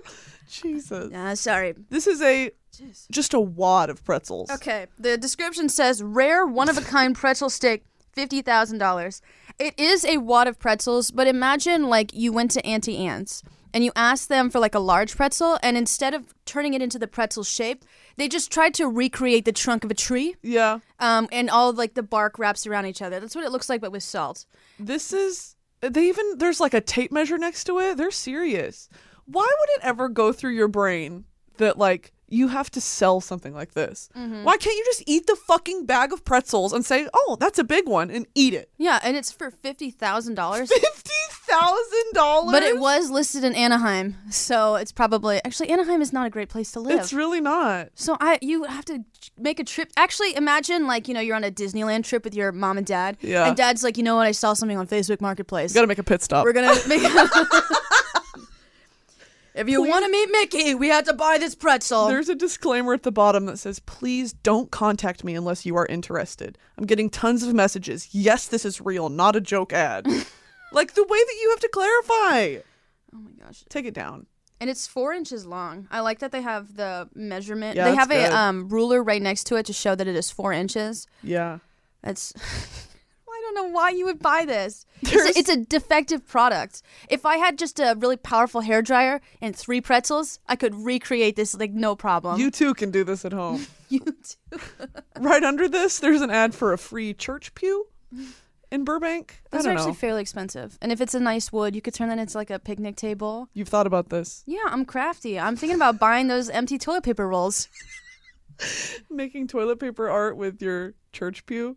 S2: Jesus.
S1: Uh, sorry.
S2: This is a
S1: Jeez.
S2: just a wad of pretzels.
S1: Okay, the description says rare, one of a kind pretzel stick, fifty thousand dollars. It is a wad of pretzels, but imagine like you went to Auntie Anne's and you asked them for like a large pretzel, and instead of turning it into the pretzel shape, they just tried to recreate the trunk of a tree,
S2: Yeah.
S1: um, and all of, like the bark wraps around each other. That's what it looks like, but with salt.
S2: This is they even there's like a tape measure next to it. They're serious. Why would it ever go through your brain that like you have to sell something like this?
S1: Mm-hmm.
S2: Why can't you just eat the fucking bag of pretzels and say, "Oh, that's a big one," and eat it? <laughs>
S1: Yeah, and it's for fifty thousand dollars.
S2: Fifty thousand dollars.
S1: But it was listed in Anaheim, so it's probably actually Anaheim is not a great place to live.
S2: It's really not.
S1: So I, you have to ch- make a trip. Actually, imagine like you know you're on a Disneyland trip with your mom and dad.
S2: Yeah.
S1: And dad's like, you know what? I saw something on Facebook Marketplace.
S2: You gotta make a pit stop.
S1: We're
S2: <laughs>
S1: gonna make. <laughs> if you want to meet Mickey, we had to buy this pretzel.
S2: There's a disclaimer at the bottom that says, "Please don't contact me unless you are interested." I'm getting tons of messages. Yes, this is real, not a joke <laughs> ad. like the way that you have to clarify.
S1: oh my gosh!
S2: Take it down.
S1: And it's four inches long. I like that they have the measurement.
S2: Yeah,
S1: they have
S2: that's
S1: a
S2: good.
S1: um, ruler right next to it to show that it is four inches.
S2: Yeah.
S1: That's. <laughs> I don't know why you would buy
S2: <laughs>
S1: this. It's
S2: There's-
S1: a, it's a defective product. If I had just a really powerful hair dryer and three pretzels, I could recreate this like no problem.
S2: Um, You too can do this at <laughs> home.
S1: <laughs> You too.
S2: right under this, there's an ad for a free church pew in Burbank.
S1: Those
S2: I
S1: are
S2: don't know.
S1: actually fairly expensive. And if it's a nice wood, you could turn that into like a picnic table.
S2: You've thought about this.
S1: Yeah, I'm crafty. I'm thinking about buying those empty toilet paper rolls.
S2: Making toilet paper art with your church pew.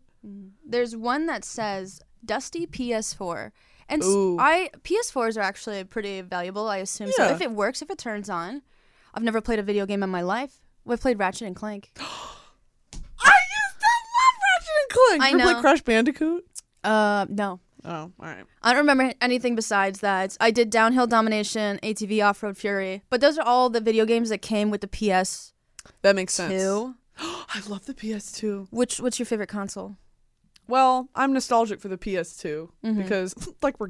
S1: There's one that says Dusty PS4. And s-
S2: Ooh.
S1: I PS4s are actually pretty valuable, I assume.
S2: Yeah.
S1: So if it works, if it turns on. I've never played a video game in my life. We've played Ratchet and Clank.
S2: <gasps> I used to love Ratchet and Clank.
S1: I
S2: you ever play
S1: know.
S2: Crash Bandicoot?
S1: Uh, no.
S2: Oh, all right.
S1: I don't remember anything besides that. I did Downhill Domination, ATV Off Road Fury, but those are all the video games that came with the PS2.
S2: That makes sense. <gasps> I love the PS2.
S1: Which what's your favorite console?
S2: Well, I'm nostalgic for the PS2 because, <laughs> like, we're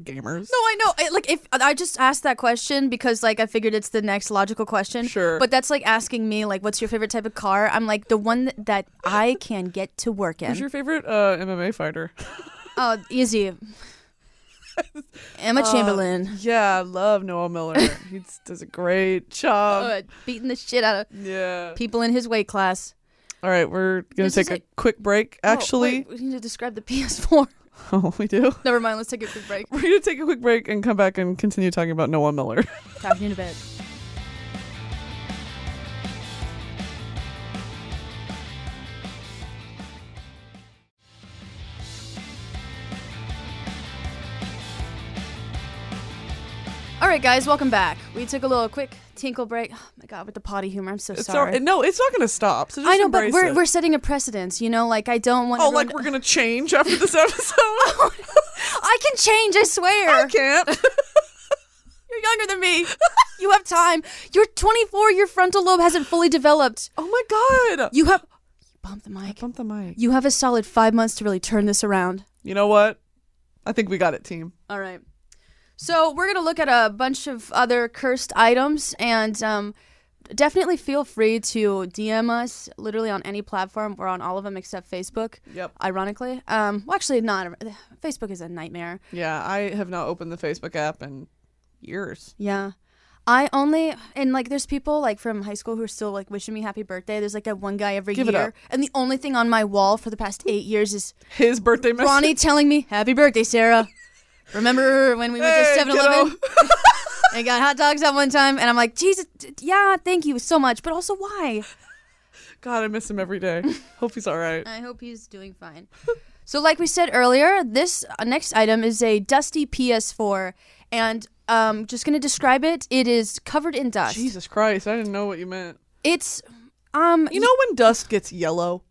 S1: Mm-hmm.
S2: gamers.
S1: No, I know. I, like, if I just asked that question because, like, I figured it's the next logical question.
S2: Sure.
S1: But that's like asking me, like, what's your favorite type of car? I'm like the one that, that I can get to work in.
S2: Who's your favorite uh, MMA
S1: <laughs>
S2: fighter?
S1: oh, easy.
S2: <laughs> Uh,
S1: Emma Chamberlain.
S2: yeah, I love Noah Miller. he s- does a great job.
S1: Oh, beating the shit out of
S2: Yeah.
S1: people in his weight class.
S2: All right, we're gonna
S1: This
S2: take
S1: is
S2: a
S1: a-
S2: quick break.
S1: Oh,
S2: Actually,
S1: wait, we need to describe the PS4.
S2: <laughs> oh, we do.
S1: <laughs>
S2: <laughs>
S1: Never mind. Let's take a quick break.
S2: We're gonna take a quick break and come back and continue talking about Noah Miller. <laughs>
S1: Talking to you in a bit. All right, guys, welcome back. We took a little quick tinkle break. Oh my god, with the potty humor, I'm so
S2: It's all-
S1: sorry.
S2: no, it's not gonna stop. So just
S1: I know, but
S2: embrace
S1: we're
S2: it.
S1: we're setting a precedence. You know, like I don't want.
S2: oh,
S1: everyone-
S2: like we're gonna change
S1: <laughs>
S2: after this episode. <laughs>
S1: I can change. I swear.
S2: I can't.
S1: <laughs> You're younger than me. you have time. You're 24. Your frontal lobe hasn't fully developed.
S2: Oh my god.
S1: You have. You bumped the mic.
S2: Bump the mic.
S1: You have a solid five months to really turn this around.
S2: You know what? I think we got it, team.
S1: All right. So we're gonna look at a bunch of other cursed items, and um, definitely feel free to DM us literally on any platform. We're on all of them except Facebook.
S2: Yep.
S1: Ironically, um, well, actually, not. Facebook is a nightmare.
S2: Yeah, I have not opened the Facebook app in years.
S1: Yeah. I only and like there's people like from high school who are still like wishing me happy birthday. There's like that one guy every
S2: Give it
S1: year,
S2: up.
S1: and the only thing on my wall for the past eight years
S2: <laughs>
S1: is
S2: His birthday message.
S1: Ronnie telling me "Happy birthday, Sarah." Remember when we went
S2: <laughs> Hey,
S1: to 7-Eleven and got hot dogs that one time? And I'm like, Jesus, d- yeah, thank you so much, but also why?
S2: <laughs> God, I miss him every day. Hope he's
S1: <laughs>
S2: all right.
S1: I hope he's doing fine. <laughs> so, like we said earlier, this uh, next item is a dusty PS4, and um, just gonna describe it. It is covered in dust.
S2: Jesus Christ, I didn't know what you meant.
S1: It's um,
S2: You know when dust gets yellow?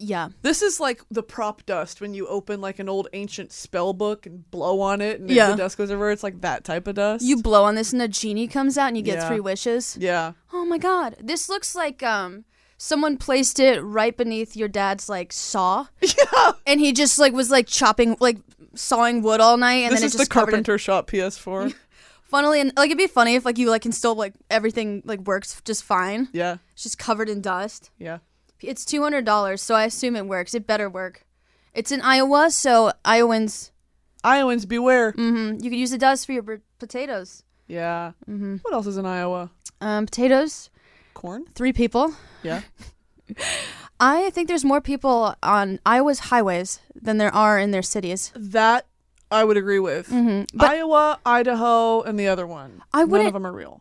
S1: yeah.
S2: This is like the prop dust when you open like an old ancient spell book and blow on it and
S1: Yeah.
S2: the dust goes everywhere. It's like that type of dust.
S1: You blow on this and a genie comes out and you get
S2: Yeah.
S1: three wishes.
S2: yeah.
S1: Oh my god. This looks like um someone placed it right beneath your dad's like saw.
S2: Yeah.
S1: And he just like was like chopping like sawing wood all night and
S2: This
S1: then
S2: is
S1: it
S2: the
S1: just covered it.
S2: carpenter
S1: <laughs>
S2: shop PS4.
S1: Funnily and like it'd be funny if like you like can still like everything like works just fine.
S2: yeah.
S1: It's just covered in dust.
S2: Yeah.
S1: It's two hundred dollars, so I assume it works. It better work. It's in Iowa, so Iowans
S2: Iowans beware.
S1: mm, you could use the dust for your br- potatoes.
S2: Yeah.
S1: Mm-hmm.
S2: What else is in Iowa?
S1: Um, potatoes,
S2: Corn?
S1: three people.
S2: Yeah.
S1: I think there's more people on Iowa's highways than there are in their cities.
S2: That I would agree with. Iowa, Idaho, and the other one.
S1: I
S2: None
S1: wouldn't-
S2: of them are real.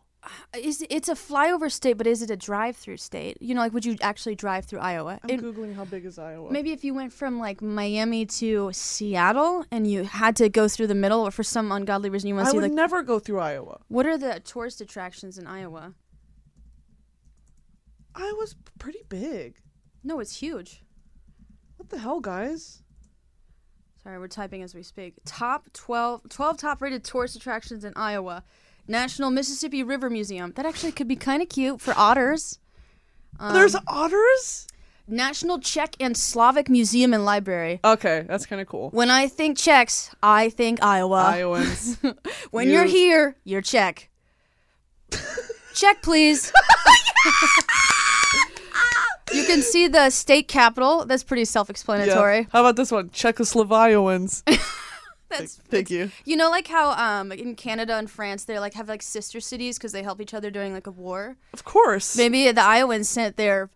S1: Is it's a flyover state, but is it a drive-through state? You know, like would you actually drive through Iowa?
S2: I'm
S1: It-
S2: googling how big is Iowa.
S1: maybe if you went from like Miami to Seattle and you had to go through the middle, or for some ungodly reason you want to
S2: I
S1: see
S2: would
S1: like
S2: never go through Iowa.
S1: what are the tourist attractions in Iowa?
S2: Iowa's pretty big.
S1: No, it's huge.
S2: What the hell, guys?
S1: Sorry, we're typing as we speak. Top 12, 12 top rated tourist attractions in Iowa. National Mississippi River Museum. That actually could be kind of cute for otters.
S2: There's otters?
S1: National Czech and Slavic Museum and Library.
S2: Okay, that's kind of cool.
S1: When I think Czechs, I think Iowa.
S2: <laughs> Iowans.
S1: <laughs> when you're
S2: you-
S1: here, you're
S2: <laughs>
S1: Czech. Check, please. you can see the state capital. That's pretty
S2: Yeah.
S1: self-explanatory.
S2: How about this one? <laughs> Czechoslovakians.
S1: That's
S2: Thank you.
S1: you know, like how um in Canada and France they like have like sister cities because they help each other during like a war.
S2: Of course.
S1: Maybe the Iowans sent their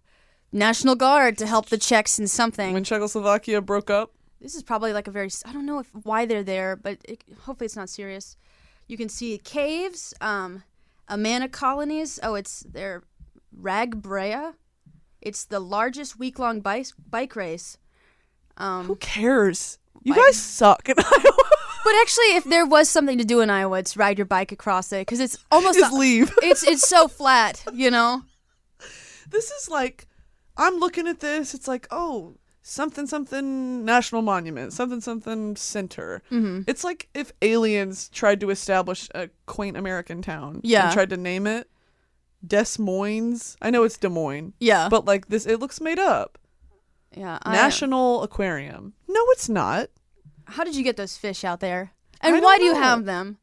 S1: national guard to help the Czechs in something.
S2: When Czechoslovakia broke up,
S1: this is probably like a very i don't know if why they're there but it, hopefully it's not serious you can see caves um amana colonies oh it's their ragbrea it's the largest week-long bike, bike race
S2: who cares? You guys suck <laughs> in Iowa.
S1: but actually if there was something to do in iowa it's ride your bike across it because it's almost
S2: Just leave.
S1: it's it's so flat you know
S2: this is like I'm looking at this, it's like, oh, something something national monument, something something center.
S1: Mm-hmm.
S2: It's like if aliens tried to establish a quaint American town
S1: Yeah.
S2: and tried to name it Des Moines. I know it's Des Moines.
S1: yeah
S2: But like this it looks made up.
S1: Yeah. I-
S2: National Aquarium. No, it's not.
S1: how did you get those fish out there?
S2: I
S1: And
S2: don't
S1: why do you
S2: know.
S1: have them?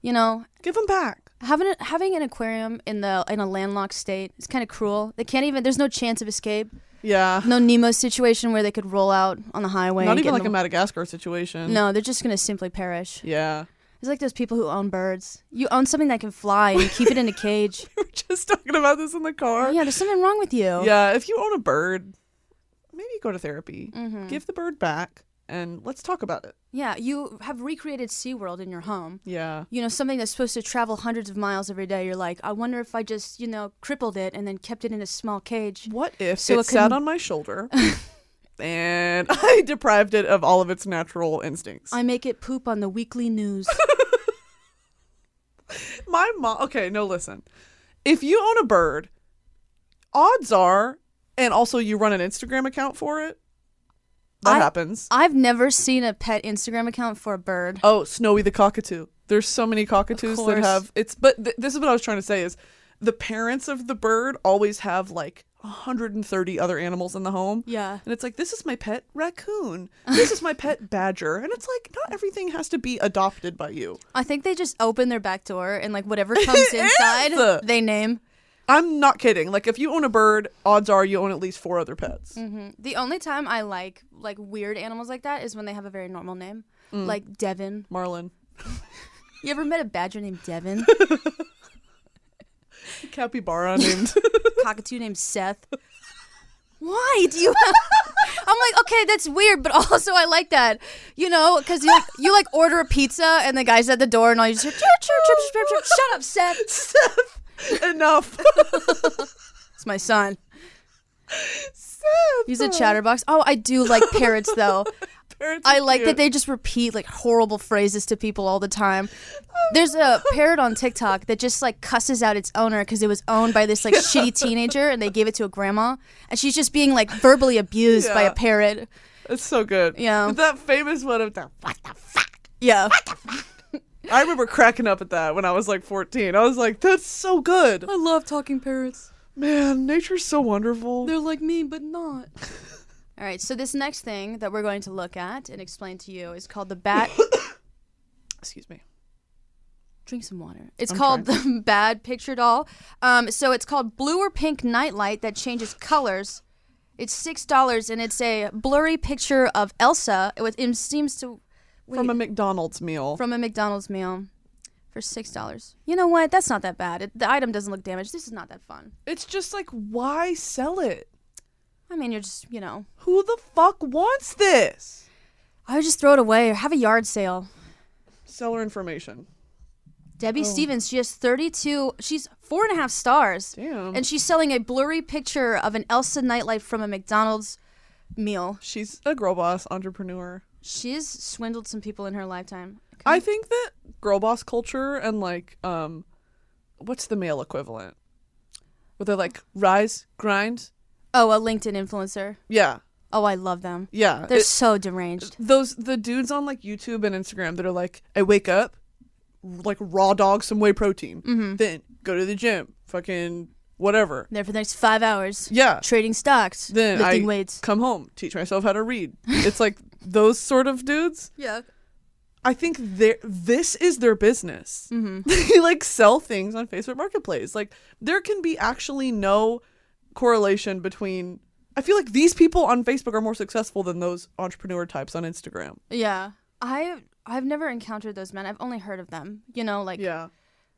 S1: You know,
S2: Give them back.
S1: having a, having an aquarium in the in a landlocked state is kind of cruel. They can't even. There's no chance of escape.
S2: Yeah.
S1: No Nemo situation where they could roll out on the highway.
S2: Not
S1: and
S2: even
S1: get
S2: like
S1: in
S2: a
S1: the-
S2: Madagascar situation.
S1: No, they're just gonna simply perish.
S2: Yeah. <laughs>
S1: It's like those people who own birds. You own something that can fly and you keep it in a
S2: <laughs>
S1: cage.
S2: We were just talking about this in the car.
S1: yeah, there's something wrong with you.
S2: Yeah, if you own a bird, maybe go to therapy.
S1: Mm-hmm.
S2: Give the bird back and let's talk about it.
S1: Yeah, you have recreated SeaWorld in your home.
S2: Yeah.
S1: You know, something that's supposed to travel hundreds of miles every day. You're like, I wonder if I just, you know, crippled it and then kept it in a small cage.
S2: What if
S1: So
S2: it,
S1: it
S2: sat
S1: couldn't-
S2: on my
S1: <laughs>
S2: shoulder and <laughs> I deprived it of all of its natural instincts?
S1: I make it poop on the weekly
S2: <laughs>
S1: news.
S2: My mom. Okay, no, listen. If you own a bird, odds are, and also you run an Instagram account for it. That
S1: I-
S2: happens.
S1: I've never seen a pet Instagram account for a bird.
S2: Oh, Snowy the cockatoo. There's so many cockatoos that
S1: course.
S2: have it's. But th- this is what I was trying to say is, the parents of the bird always have like 130 other animals in the home.
S1: Yeah.
S2: And it's like this is my pet raccoon. This is
S1: <laughs>
S2: my pet badger. And it's like not everything has to be adopted by you.
S1: I think they just open their back door and like whatever comes inside, they name.
S2: I'm not kidding. Like if you own a bird, odds are you own at least four other pets.
S1: The only time I like like weird animals like that is when they have a very normal name, like Devin.
S2: Marlin,
S1: You ever met a badger named Devin?
S2: capybara
S1: <laughs>
S2: named.
S1: Cockatoo named Seth. Why do you? Have... I'm like, okay, that's weird, but also I like that, you know, because you you like order a pizza and the guy's at the door and all you just hear, chirp, chirp, chirp, chirp, chirp, chirp. shut up, Seth.
S2: Seth.
S1: <laughs>
S2: Enough.
S1: It's my son. He's a chatterbox. Oh, I do like parrots <laughs> though.
S2: Parents
S1: I
S2: are
S1: like
S2: cute.
S1: that they just repeat like horrible phrases to people all the time. There's a parrot on TikTok that just like cusses out its owner because it was owned by this like <laughs> shitty teenager and they gave it to a grandma and she's just being like verbally abused by
S2: Yeah.
S1: a parrot.
S2: It's so good.
S1: Yeah.
S2: That famous one of the what the fuck.
S1: Yeah.
S2: I remember cracking up at that when I was like 14. I was like, that's so good.
S1: I love talking parrots.
S2: Man, nature's so wonderful.
S1: They're like me, but not. <laughs> All right, so this next thing that we're going to look at and explain to you is called the <laughs> bat.
S2: Excuse me.
S1: Drink some water. It's called the <laughs> Bad Picture Doll. Um, so it's called Blue or Pink Nightlight that changes colors. It's six dollars and it's a blurry picture of Elsa. It, was, it seems to wait,
S2: From a McDonald's meal.
S1: from a McDonald's meal for six dollars. You know what? That's not that bad. It, the item doesn't look damaged. This is not that fun.
S2: it's just like, why sell it?
S1: I mean, you're just you know.
S2: Who the fuck wants this?
S1: I would just throw it away or have a yard sale.
S2: Seller information.
S1: Debbie Stevens, she has 32, she's four and a half stars.
S2: Damn.
S1: And she's selling a blurry picture of an Elsa nightlight from a McDonald's meal.
S2: She's a girl boss entrepreneur.
S1: She's swindled some people in her lifetime.
S2: I think that girl boss culture and like, um, what's the male equivalent? Where they're like, rise, grind.
S1: Oh, a LinkedIn influencer.
S2: Yeah.
S1: Oh, I love them.
S2: Yeah.
S1: They're
S2: It-
S1: so deranged.
S2: those the dudes on like YouTube and Instagram that are like, I wake up, like raw dog some whey protein,
S1: Mm-hmm.
S2: then go to the gym, fucking whatever.
S1: There for the next five hours.
S2: Yeah.
S1: Trading stocks.
S2: Then
S1: lifting
S2: I
S1: weights.
S2: come home, teach myself how to read. It's
S1: <laughs>
S2: like those sort of dudes.
S1: Yeah.
S2: I think they this is their business.
S1: Mm-hmm.
S2: <laughs> They like sell things on Facebook Marketplace. Like there can be actually no correlation between. I feel like these people on Facebook are more successful than those entrepreneur types on Instagram.
S1: Yeah. I I've never encountered those men. I've only heard of them. You know, like
S2: Yeah,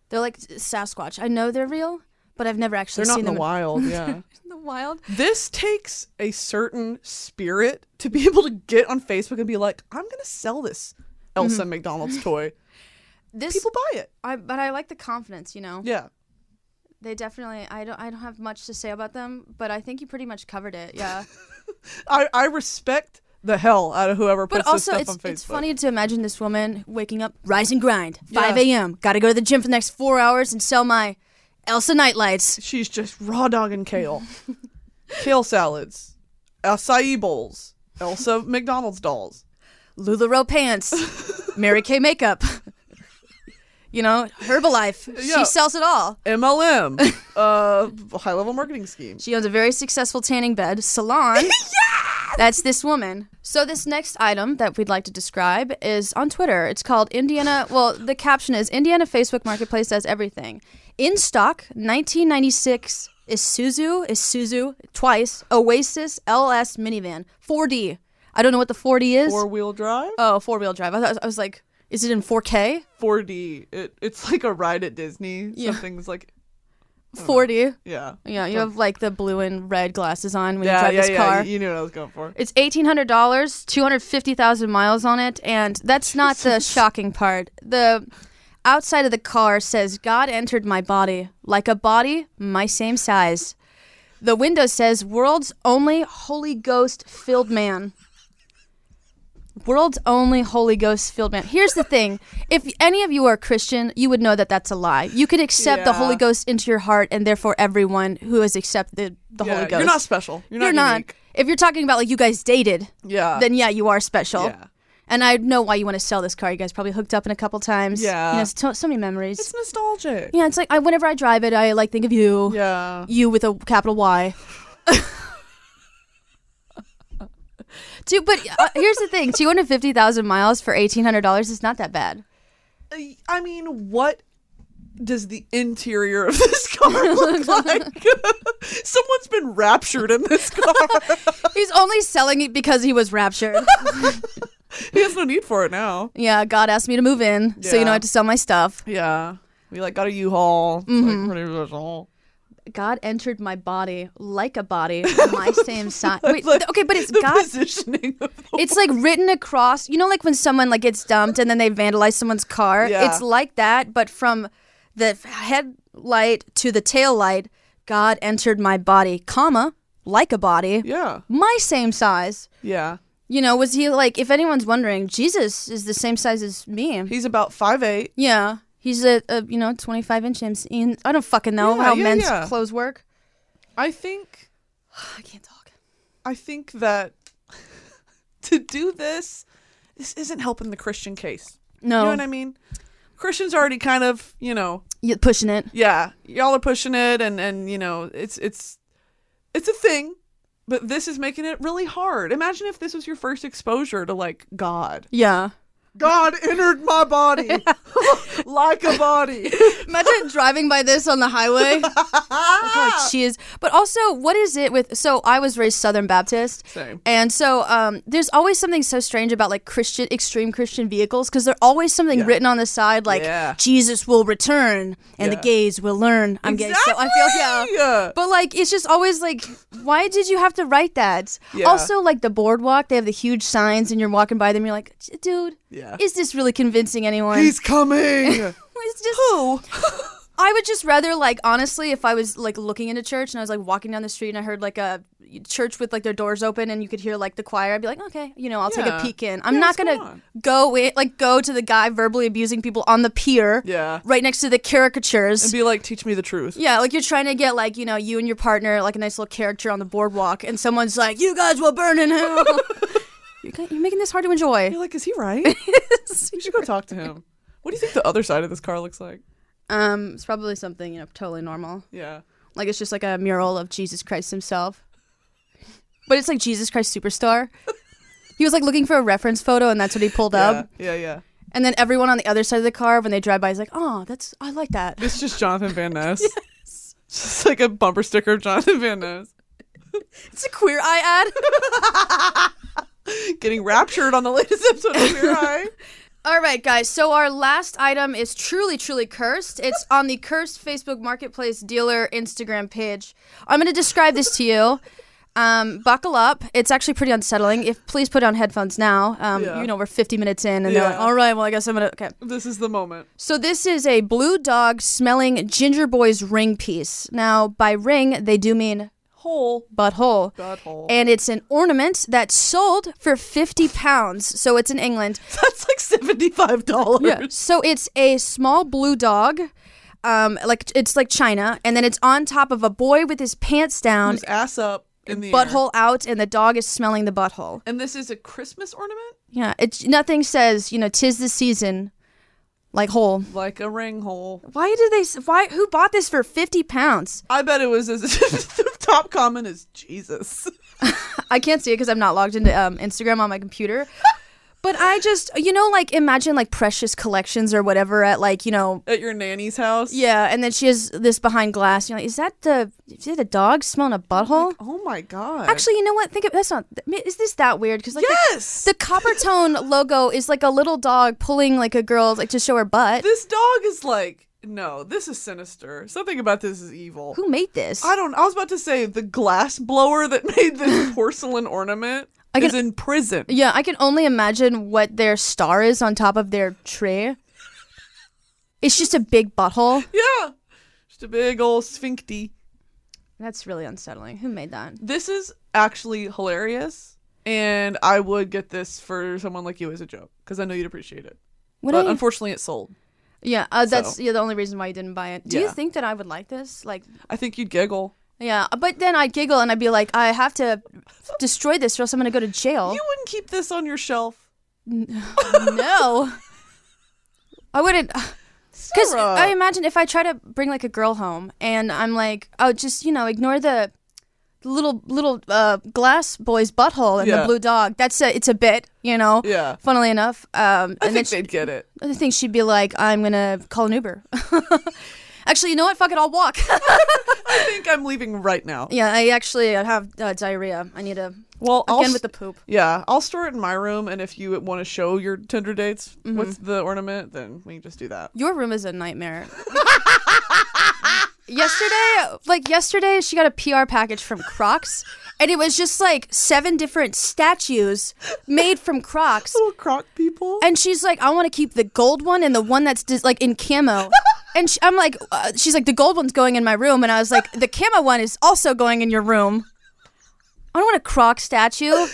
S1: they're like Sasquatch. I know they're real, but I've never actually
S2: they're not
S1: seen
S2: in the
S1: them <laughs>
S2: wild. Yeah.
S1: in the wild.
S2: this takes a certain spirit to be <laughs> able to get on Facebook and be like, I'm gonna sell this Elsa
S1: Mm-hmm. <laughs>
S2: McDonald's toy.
S1: This
S2: People buy it.
S1: I but I like the confidence, you know.
S2: Yeah.
S1: They definitely I don't I don't have much to say about them, but I think you pretty much covered it.
S2: <laughs>
S1: Yeah.
S2: I, I respect the hell out of whoever puts
S1: but also
S2: this stuff
S1: it's
S2: on Facebook.
S1: it's funny to imagine this woman waking up, rise and grind, 5
S2: Yeah.
S1: a.m. Got to go to the gym for the next 4 hours and sell my Elsa nightlights.
S2: She's just raw
S1: <laughs>
S2: dogging kale. kale salads. Acai bowls. Elsa McDonald's dolls.
S1: LuLaRoe
S2: <laughs>
S1: pants, Mary Kay makeup. you know, Herbalife.
S2: Yeah.
S1: She sells it all. <laughs>
S2: MLM. uh high level marketing scheme. <laughs>
S1: She owns a very successful tanning bed, salon, That's this woman. So this next item that we'd like to describe is on Twitter. It's called Indiana. Well, the caption is Indiana Facebook Marketplace has everything in stock. 1996 Isuzu Isuzu twice Oasis LS minivan 4D. I don't know what the 4D is.
S2: Four wheel drive?
S1: oh, four wheel drive. I, thought, I was like, is it in 4K?
S2: 4D. It, it's like a ride at Disney.
S1: Yeah.
S2: Something's like, Hmm.
S1: 4D.
S2: yeah.
S1: Yeah, you have like the blue and red glasses on when you
S2: Yeah,
S1: drive
S2: yeah,
S1: this
S2: yeah.
S1: car.
S2: You knew what I was going for.
S1: It's eighteen hundred dollars, two hundred fifty thousand miles on it, and that's not
S2: <laughs>
S1: the shocking part. The outside of the car says, "God entered my body like a body my same size." The window says, "World's only Holy Ghost filled man." World's only Holy Ghost filled man. Here's the thing: if any of you are Christian, you would know that that's a lie. You could accept the
S2: Yeah.
S1: Holy Ghost into your heart, and therefore everyone who has accepted the
S2: Yeah,
S1: Holy Ghost
S2: you're not special. Oh You're not.
S1: you're not.
S2: unique.
S1: If you're talking about like you guys dated,
S2: Yeah.
S1: then yeah, you are special.
S2: Yeah.
S1: And I know why you want to sell this car. You guys probably hooked up in a couple times.
S2: Yeah.
S1: You know, so, so many memories.
S2: It's nostalgic.
S1: yeah, it's like I, whenever I drive it, I like think of you.
S2: Yeah.
S1: You with a capital
S2: <laughs>
S1: Y. Dude, but uh, here's the thing: two hundred fifty thousand miles for eighteen hundred dollars is not that bad.
S2: I- I mean, what does the interior of this car <laughs> look like? Someone's been raptured in this car.
S1: He's only selling it because he was raptured.
S2: <laughs> he has no need for it now.
S1: yeah, God asked me to move in, so you know
S2: Yeah.
S1: I have to sell my stuff.
S2: Yeah. Mm-hmm. We like got a U-Haul. It's, Like pretty original.
S1: God entered my body like a body,
S2: <laughs>
S1: my same size. Wait, th- okay, but it's
S2: The
S1: God.
S2: positioning of the <laughs>
S1: It's like written across. You know, like when someone like gets dumped and then they vandalize someone's car.
S2: Yeah.
S1: It's like that, but from the f- headlight to the tail light, God entered my body, comma like a body,
S2: Yeah.
S1: my same size.
S2: Yeah.
S1: You know, was he like? If anyone's wondering, Jesus is the same size as me.
S2: He's about five eight.
S1: yeah, he's a, a you know twenty five inch MC. I don't fucking know
S2: Yeah,
S1: how
S2: yeah,
S1: men's
S2: yeah.
S1: clothes work. <sighs>
S2: I think
S1: I can't talk.
S2: I think that <laughs> to do this, this isn't helping the Christian case.
S1: No,
S2: You know what I mean? Christians already kind of, you know,
S1: you pushing it.
S2: yeah, y'all are pushing it and and you know, it's it's it's a thing, but this is making it really hard. Imagine if this was your first exposure to like God.
S1: Yeah.
S2: God entered my <laughs> body like a <laughs> body.
S1: Imagine driving by this on the
S2: <laughs>
S1: highway. like she is. But also, what is it with? So I was raised Southern Baptist.
S2: Same.
S1: And so um, there's always something so strange about like Christian, extreme Christian vehicles because there's always something written on the side like
S2: Yeah.
S1: Jesus will return and the
S2: Yeah.
S1: gays will learn. I'm gay. So I feel, yeah.
S2: Yeah.
S1: But like it's just always like, why did you have to write that?
S2: Yeah.
S1: Also, like the boardwalk, they have the huge signs, and you're walking by them. You're like, dude,
S2: Yeah.
S1: is this really convincing anyone?
S2: He's coming.
S1: It's just <laughs> I would just rather like honestly, if I was like looking into church and I was like walking down the street and I heard like a church with like their doors open and you could hear like the choir, I'd be like, okay, you know, I'll take a
S2: Yeah.
S1: peek in. I'm
S2: Yeah,
S1: not
S2: what's going
S1: gonna
S2: on?
S1: go in, like go to the guy verbally abusing people on the pier,
S2: <laughs> Yeah.
S1: right next to the caricatures.
S2: And be like, teach me the truth.
S1: yeah, like you're trying to get like you know you and your partner like a nice little character on the boardwalk, and someone's like, "You guys will burn in
S2: <laughs>
S1: hell." you're, ki- you're making this hard to enjoy.
S2: You're like, is he
S1: <laughs>
S2: right? we should go talk to him. What do you think the other side of this car looks like?
S1: Um, it's probably something you know totally normal.
S2: Yeah.
S1: Like it's just like a mural of Jesus Christ himself. But it's like Jesus Christ Superstar. He was like looking for a reference photo and that's what he pulled up.
S2: Yeah, yeah, yeah.
S1: And then everyone on the other side of the car when they drive by is like, "Oh, that's I like that." <laughs>
S2: It's just Jonathan Van <laughs> Ness. Just like a bumper sticker of Jonathan Van Ness.
S1: It's a queer eye ad. <laughs>
S2: Getting raptured on the latest episode of <laughs> Queer Eye.
S1: All right, guys. So our last item is truly, truly cursed. It's on the cursed Facebook Marketplace dealer Instagram page. I'm going to describe this to you. Um, buckle up. It's actually pretty unsettling. If please put on headphones now. Um,
S2: Yeah.
S1: You know we're 50 minutes in, and they're
S2: Yeah.
S1: like, "All right, well I guess I'm gonna." Okay.
S2: This is the moment.
S1: So this is a blue dog smelling ginger boy's ring piece. Now, by ring, they do mean hole, but hole.
S2: Butthole.
S1: And it's an ornament that's sold for 50 pounds. So it's in <laughs> England.
S2: <laughs> That's like seventy-five dollars.
S1: So it's a small blue dog. Um, like it's like China, and then it's on top of a boy with his pants down,
S2: Whose ass up in the air.
S1: butthole out, and the dog is smelling the butthole.
S2: And this is a Christmas ornament,
S1: Yeah, it's nothing says you know tis the season, like hole.
S2: like a ring hole.
S1: Why do they? s- Why who bought this for 50 pounds?
S2: <laughs> I bet it was as the top comment is Jesus. <laughs>
S1: I can't see it because I'm not logged into um, Instagram on my
S2: <laughs>
S1: computer. But I just, you know, like imagine like precious collections or whatever at like, you know,
S2: At your nanny's house.
S1: yeah, and then she has this behind glass. You're like, is that the is it a dog smelling a butthole?
S2: Oh my god.
S1: Actually, you know what? Think of that's not. I mean, Is this that weird? Because like
S2: yes.
S1: the, the copper tone
S2: <laughs>
S1: logo is like a little dog pulling like a girl like to show her butt.
S2: this dog is like no. This is sinister. Something about this is evil.
S1: Who made this?
S2: I don't. I was about to say the glass blower that <laughs> made
S1: <laughs>
S2: this porcelain ornament
S1: I
S2: is
S1: can-
S2: in prison.
S1: yeah, I can only imagine what their star is on top of their
S2: <laughs>
S1: tray. It's just a big butthole.
S2: Yeah, just a big old sphincty.
S1: That's really unsettling. Who made that?
S2: This is actually hilarious, and I would get this for someone like you as a joke because I know you'd appreciate it.
S1: What
S2: but
S1: I-
S2: unfortunately, it's sold.
S1: yeah, uh, that's
S2: So.
S1: yeah the only reason why you didn't buy it. Do you
S2: Yeah.
S1: think that I would like this? Like,
S2: I think you'd giggle.
S1: yeah, uh, but then I'd giggle and I'd be like, I have to destroy this or else I'm gonna go to jail. <laughs>
S2: You wouldn't keep this on your shelf.
S1: no. I wouldn't. Because
S2: Sarah.
S1: I imagine if I try to bring like a girl home and I'm like, oh, just, you know, ignore the little little uh, glass boy's butthole and
S2: Yeah.
S1: the blue dog. That's a, it's a bit, you know?
S2: Yeah.
S1: Funnily enough. Um,
S2: I
S1: and then
S2: think
S1: she,
S2: they'd get it.
S1: I think she'd be like, I'm going to call an Uber. <laughs> actually, you know what? Fuck it, I'll walk. <laughs>
S2: I think I'm leaving right now.
S1: yeah, I actually I have uh, diarrhea. I need to.
S2: Well, I'll
S1: Again
S2: s-
S1: with the poop.
S2: Yeah, I'll store it in my room, and if you want to show your Tinder dates
S1: Mm-hmm.
S2: with the ornament, then we can just do that.
S1: Your room is a nightmare. <laughs> yesterday, like yesterday, she got a PR package from Crocs, and it was just like seven different statues made from Crocs.
S2: Little croc people.
S1: And she's like, I want to keep the gold one and the one that's dis- like in camo. And sh I'm like, uh, she's like, the gold one's going in my room, and I was like, the camo one is also going in your room. I don't want a Croc statue.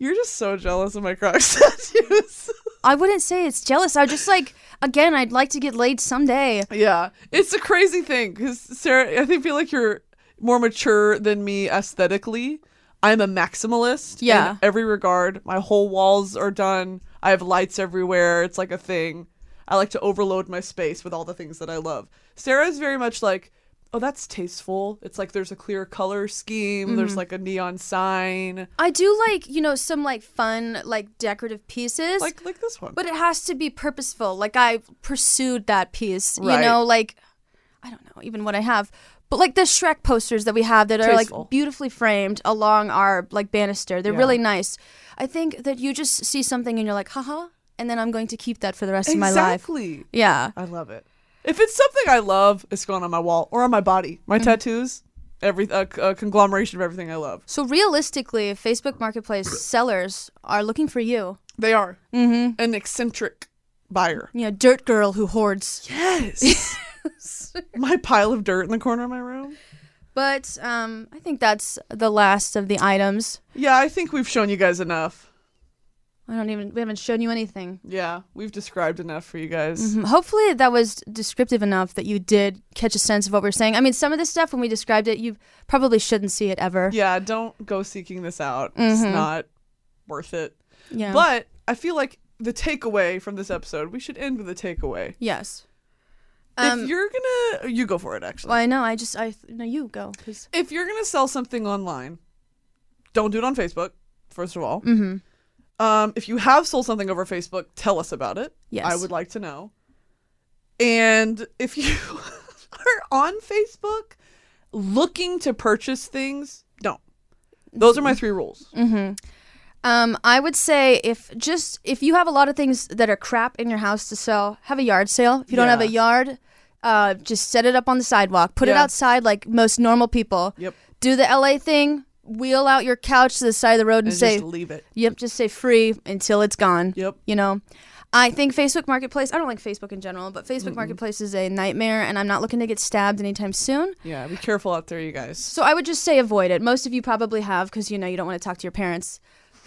S2: You're just so jealous of my croc <laughs> statues.
S1: I wouldn't say it's jealous. I just like, again, I'd like to get laid someday.
S2: yeah, it's a crazy thing because Sarah, I think feel like you're more mature than me aesthetically. I'm a maximalist.
S1: Yeah.
S2: in every regard. My whole walls are done. I have lights everywhere. It's like a thing. I like to overload my space with all the things that I love. Sarah's very much like, oh, that's tasteful. It's like there's a clear color scheme. There's like a neon sign,
S1: I do like, you know, some like fun, like decorative pieces,
S2: like like this one.
S1: but it has to be purposeful. Like I pursued that piece,
S2: Right.
S1: you know, like I don't know even what I have, but like the Shrek posters that we have that are
S2: Tasteful.
S1: like beautifully framed along our like banister. They're
S2: Yeah.
S1: really nice. I think that you just see something and you're like, haha, and then I'm going to keep that for the rest of my life.
S2: exactly.
S1: Yeah.
S2: I love it. If it's something I love, it's going on my wall or on my body.
S1: Mm-hmm.
S2: My tattoos, every a, a conglomeration of everything I love.
S1: So realistically, Facebook Marketplace sellers are looking for you.
S2: They are mm-hmm. an eccentric buyer.
S1: You know, dirt girl who hoards.
S2: Yes. my pile of dirt in the corner of my room.
S1: But um, I think that's the last of the items.
S2: Yeah, I think we've shown you guys enough.
S1: I don't even we haven't shown you anything.
S2: Yeah, we've described enough for you guys.
S1: Mm, Hopefully that was descriptive enough that you did catch a sense of what we're saying. I mean, some of this stuff when we described it, you probably shouldn't see it ever.
S2: Yeah, don't go seeking this out. It's not worth it.
S1: Mm-hmm. Yeah.
S2: But I feel like the takeaway from this episode, we should end with a takeaway.
S1: yes.
S2: if
S1: Um,
S2: you're gonna, you go for it. Actually,
S1: well, I know. I just I th- no, you go. 'cause-
S2: if you're gonna sell something online, don't do it on Facebook. First of all, mm-hmm. um, if you have sold something over Facebook, tell us about it.
S1: Yes.
S2: I would like to know. And if you <laughs> are on Facebook looking to purchase things, don't. Those are my three rules.
S1: Mm-hmm. Um, I would say if just if you have a lot of things that are crap in your house to sell, have a yard sale. If you don't have
S2: Yeah.
S1: a yard, uh, just set it up on the sidewalk. Put it
S2: Yeah.
S1: outside like most normal people.
S2: Yep.
S1: do the LA thing, wheel out your couch to the side of the road and,
S2: And
S1: say,
S2: just leave it.
S1: yep, just say free until it's gone.
S2: Yep.
S1: You know, I think Facebook Marketplace, I don't like Facebook in general, but Facebook Marketplace is a nightmare and I'm not looking to get stabbed anytime soon.
S2: Yeah, be careful out there, you guys.
S1: So I would just say avoid it. Most of you probably have because you know you don't want to talk to your parents.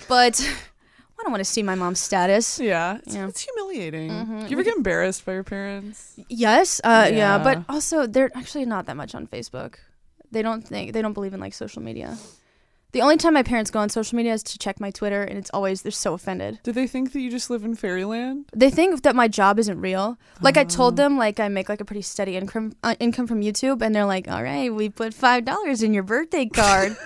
S1: But <laughs> I don't want to see my mom's status.
S2: Yeah, it's,
S1: Yeah. Mm-hmm.
S2: it's humiliating. You ever get embarrassed by your parents?
S1: Yes, uh, yeah.
S2: Yeah.
S1: but also they're actually not that much on Facebook. They don't think they don't believe in like social media. The only time my parents go on social media is to check my Twitter, and it's always they're so offended.
S2: Do they think that you just live in fairyland? <laughs>
S1: they think that my job isn't real. Like I
S2: Oh.
S1: told them, like I make like a pretty steady
S2: <laughs>
S1: income uh, income from YouTube, and they're like, "All right, we put five dollars in your birthday card."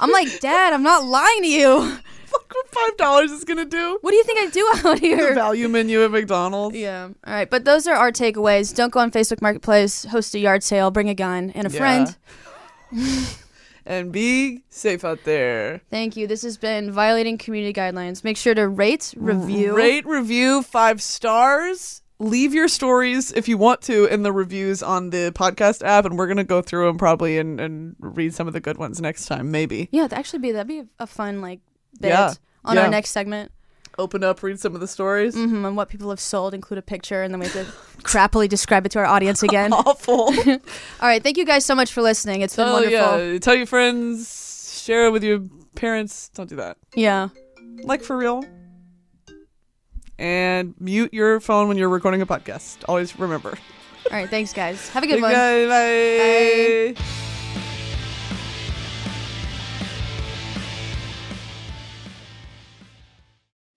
S1: I'm like, Dad, I'm not lying to you.
S2: Look what five dollars is gonna do.
S1: What do you think I do <laughs> out
S2: The
S1: here?
S2: value menu at McDonald's.
S1: Yeah. All right. But those are our takeaways. Don't go on Facebook Marketplace, host a yard sale, bring a gun and a
S2: Yeah.
S1: friend.
S2: And be safe out there.
S1: Thank you. This has been Violating Community Guidelines. Make sure to rate, review.
S2: Rate, review, five stars. Leave your stories if you want to in the reviews on the podcast app, and we're gonna go through them probably and, and read some of the good ones next time, maybe.
S1: Yeah, that'd actually be that'd be a fun like bit
S2: Yeah,
S1: on
S2: yeah.
S1: our next segment.
S2: Open up, read some of the stories.
S1: hmm and what people have sold, include a picture, and then we have to <laughs> crappily describe it to our audience
S2: <laughs>
S1: again. All
S2: <laughs>
S1: <laughs>
S2: Awful. so
S1: right, thank you guys so much for listening. It's been wonderful.
S2: Oh, yeah, tell your friends, share it with your parents. Don't do that.
S1: yeah.
S2: Like for real. And mute your phone when you're recording a podcast. Always remember.
S1: All right, thanks guys. Have a good one.
S2: Bye. Bye.
S1: Bye.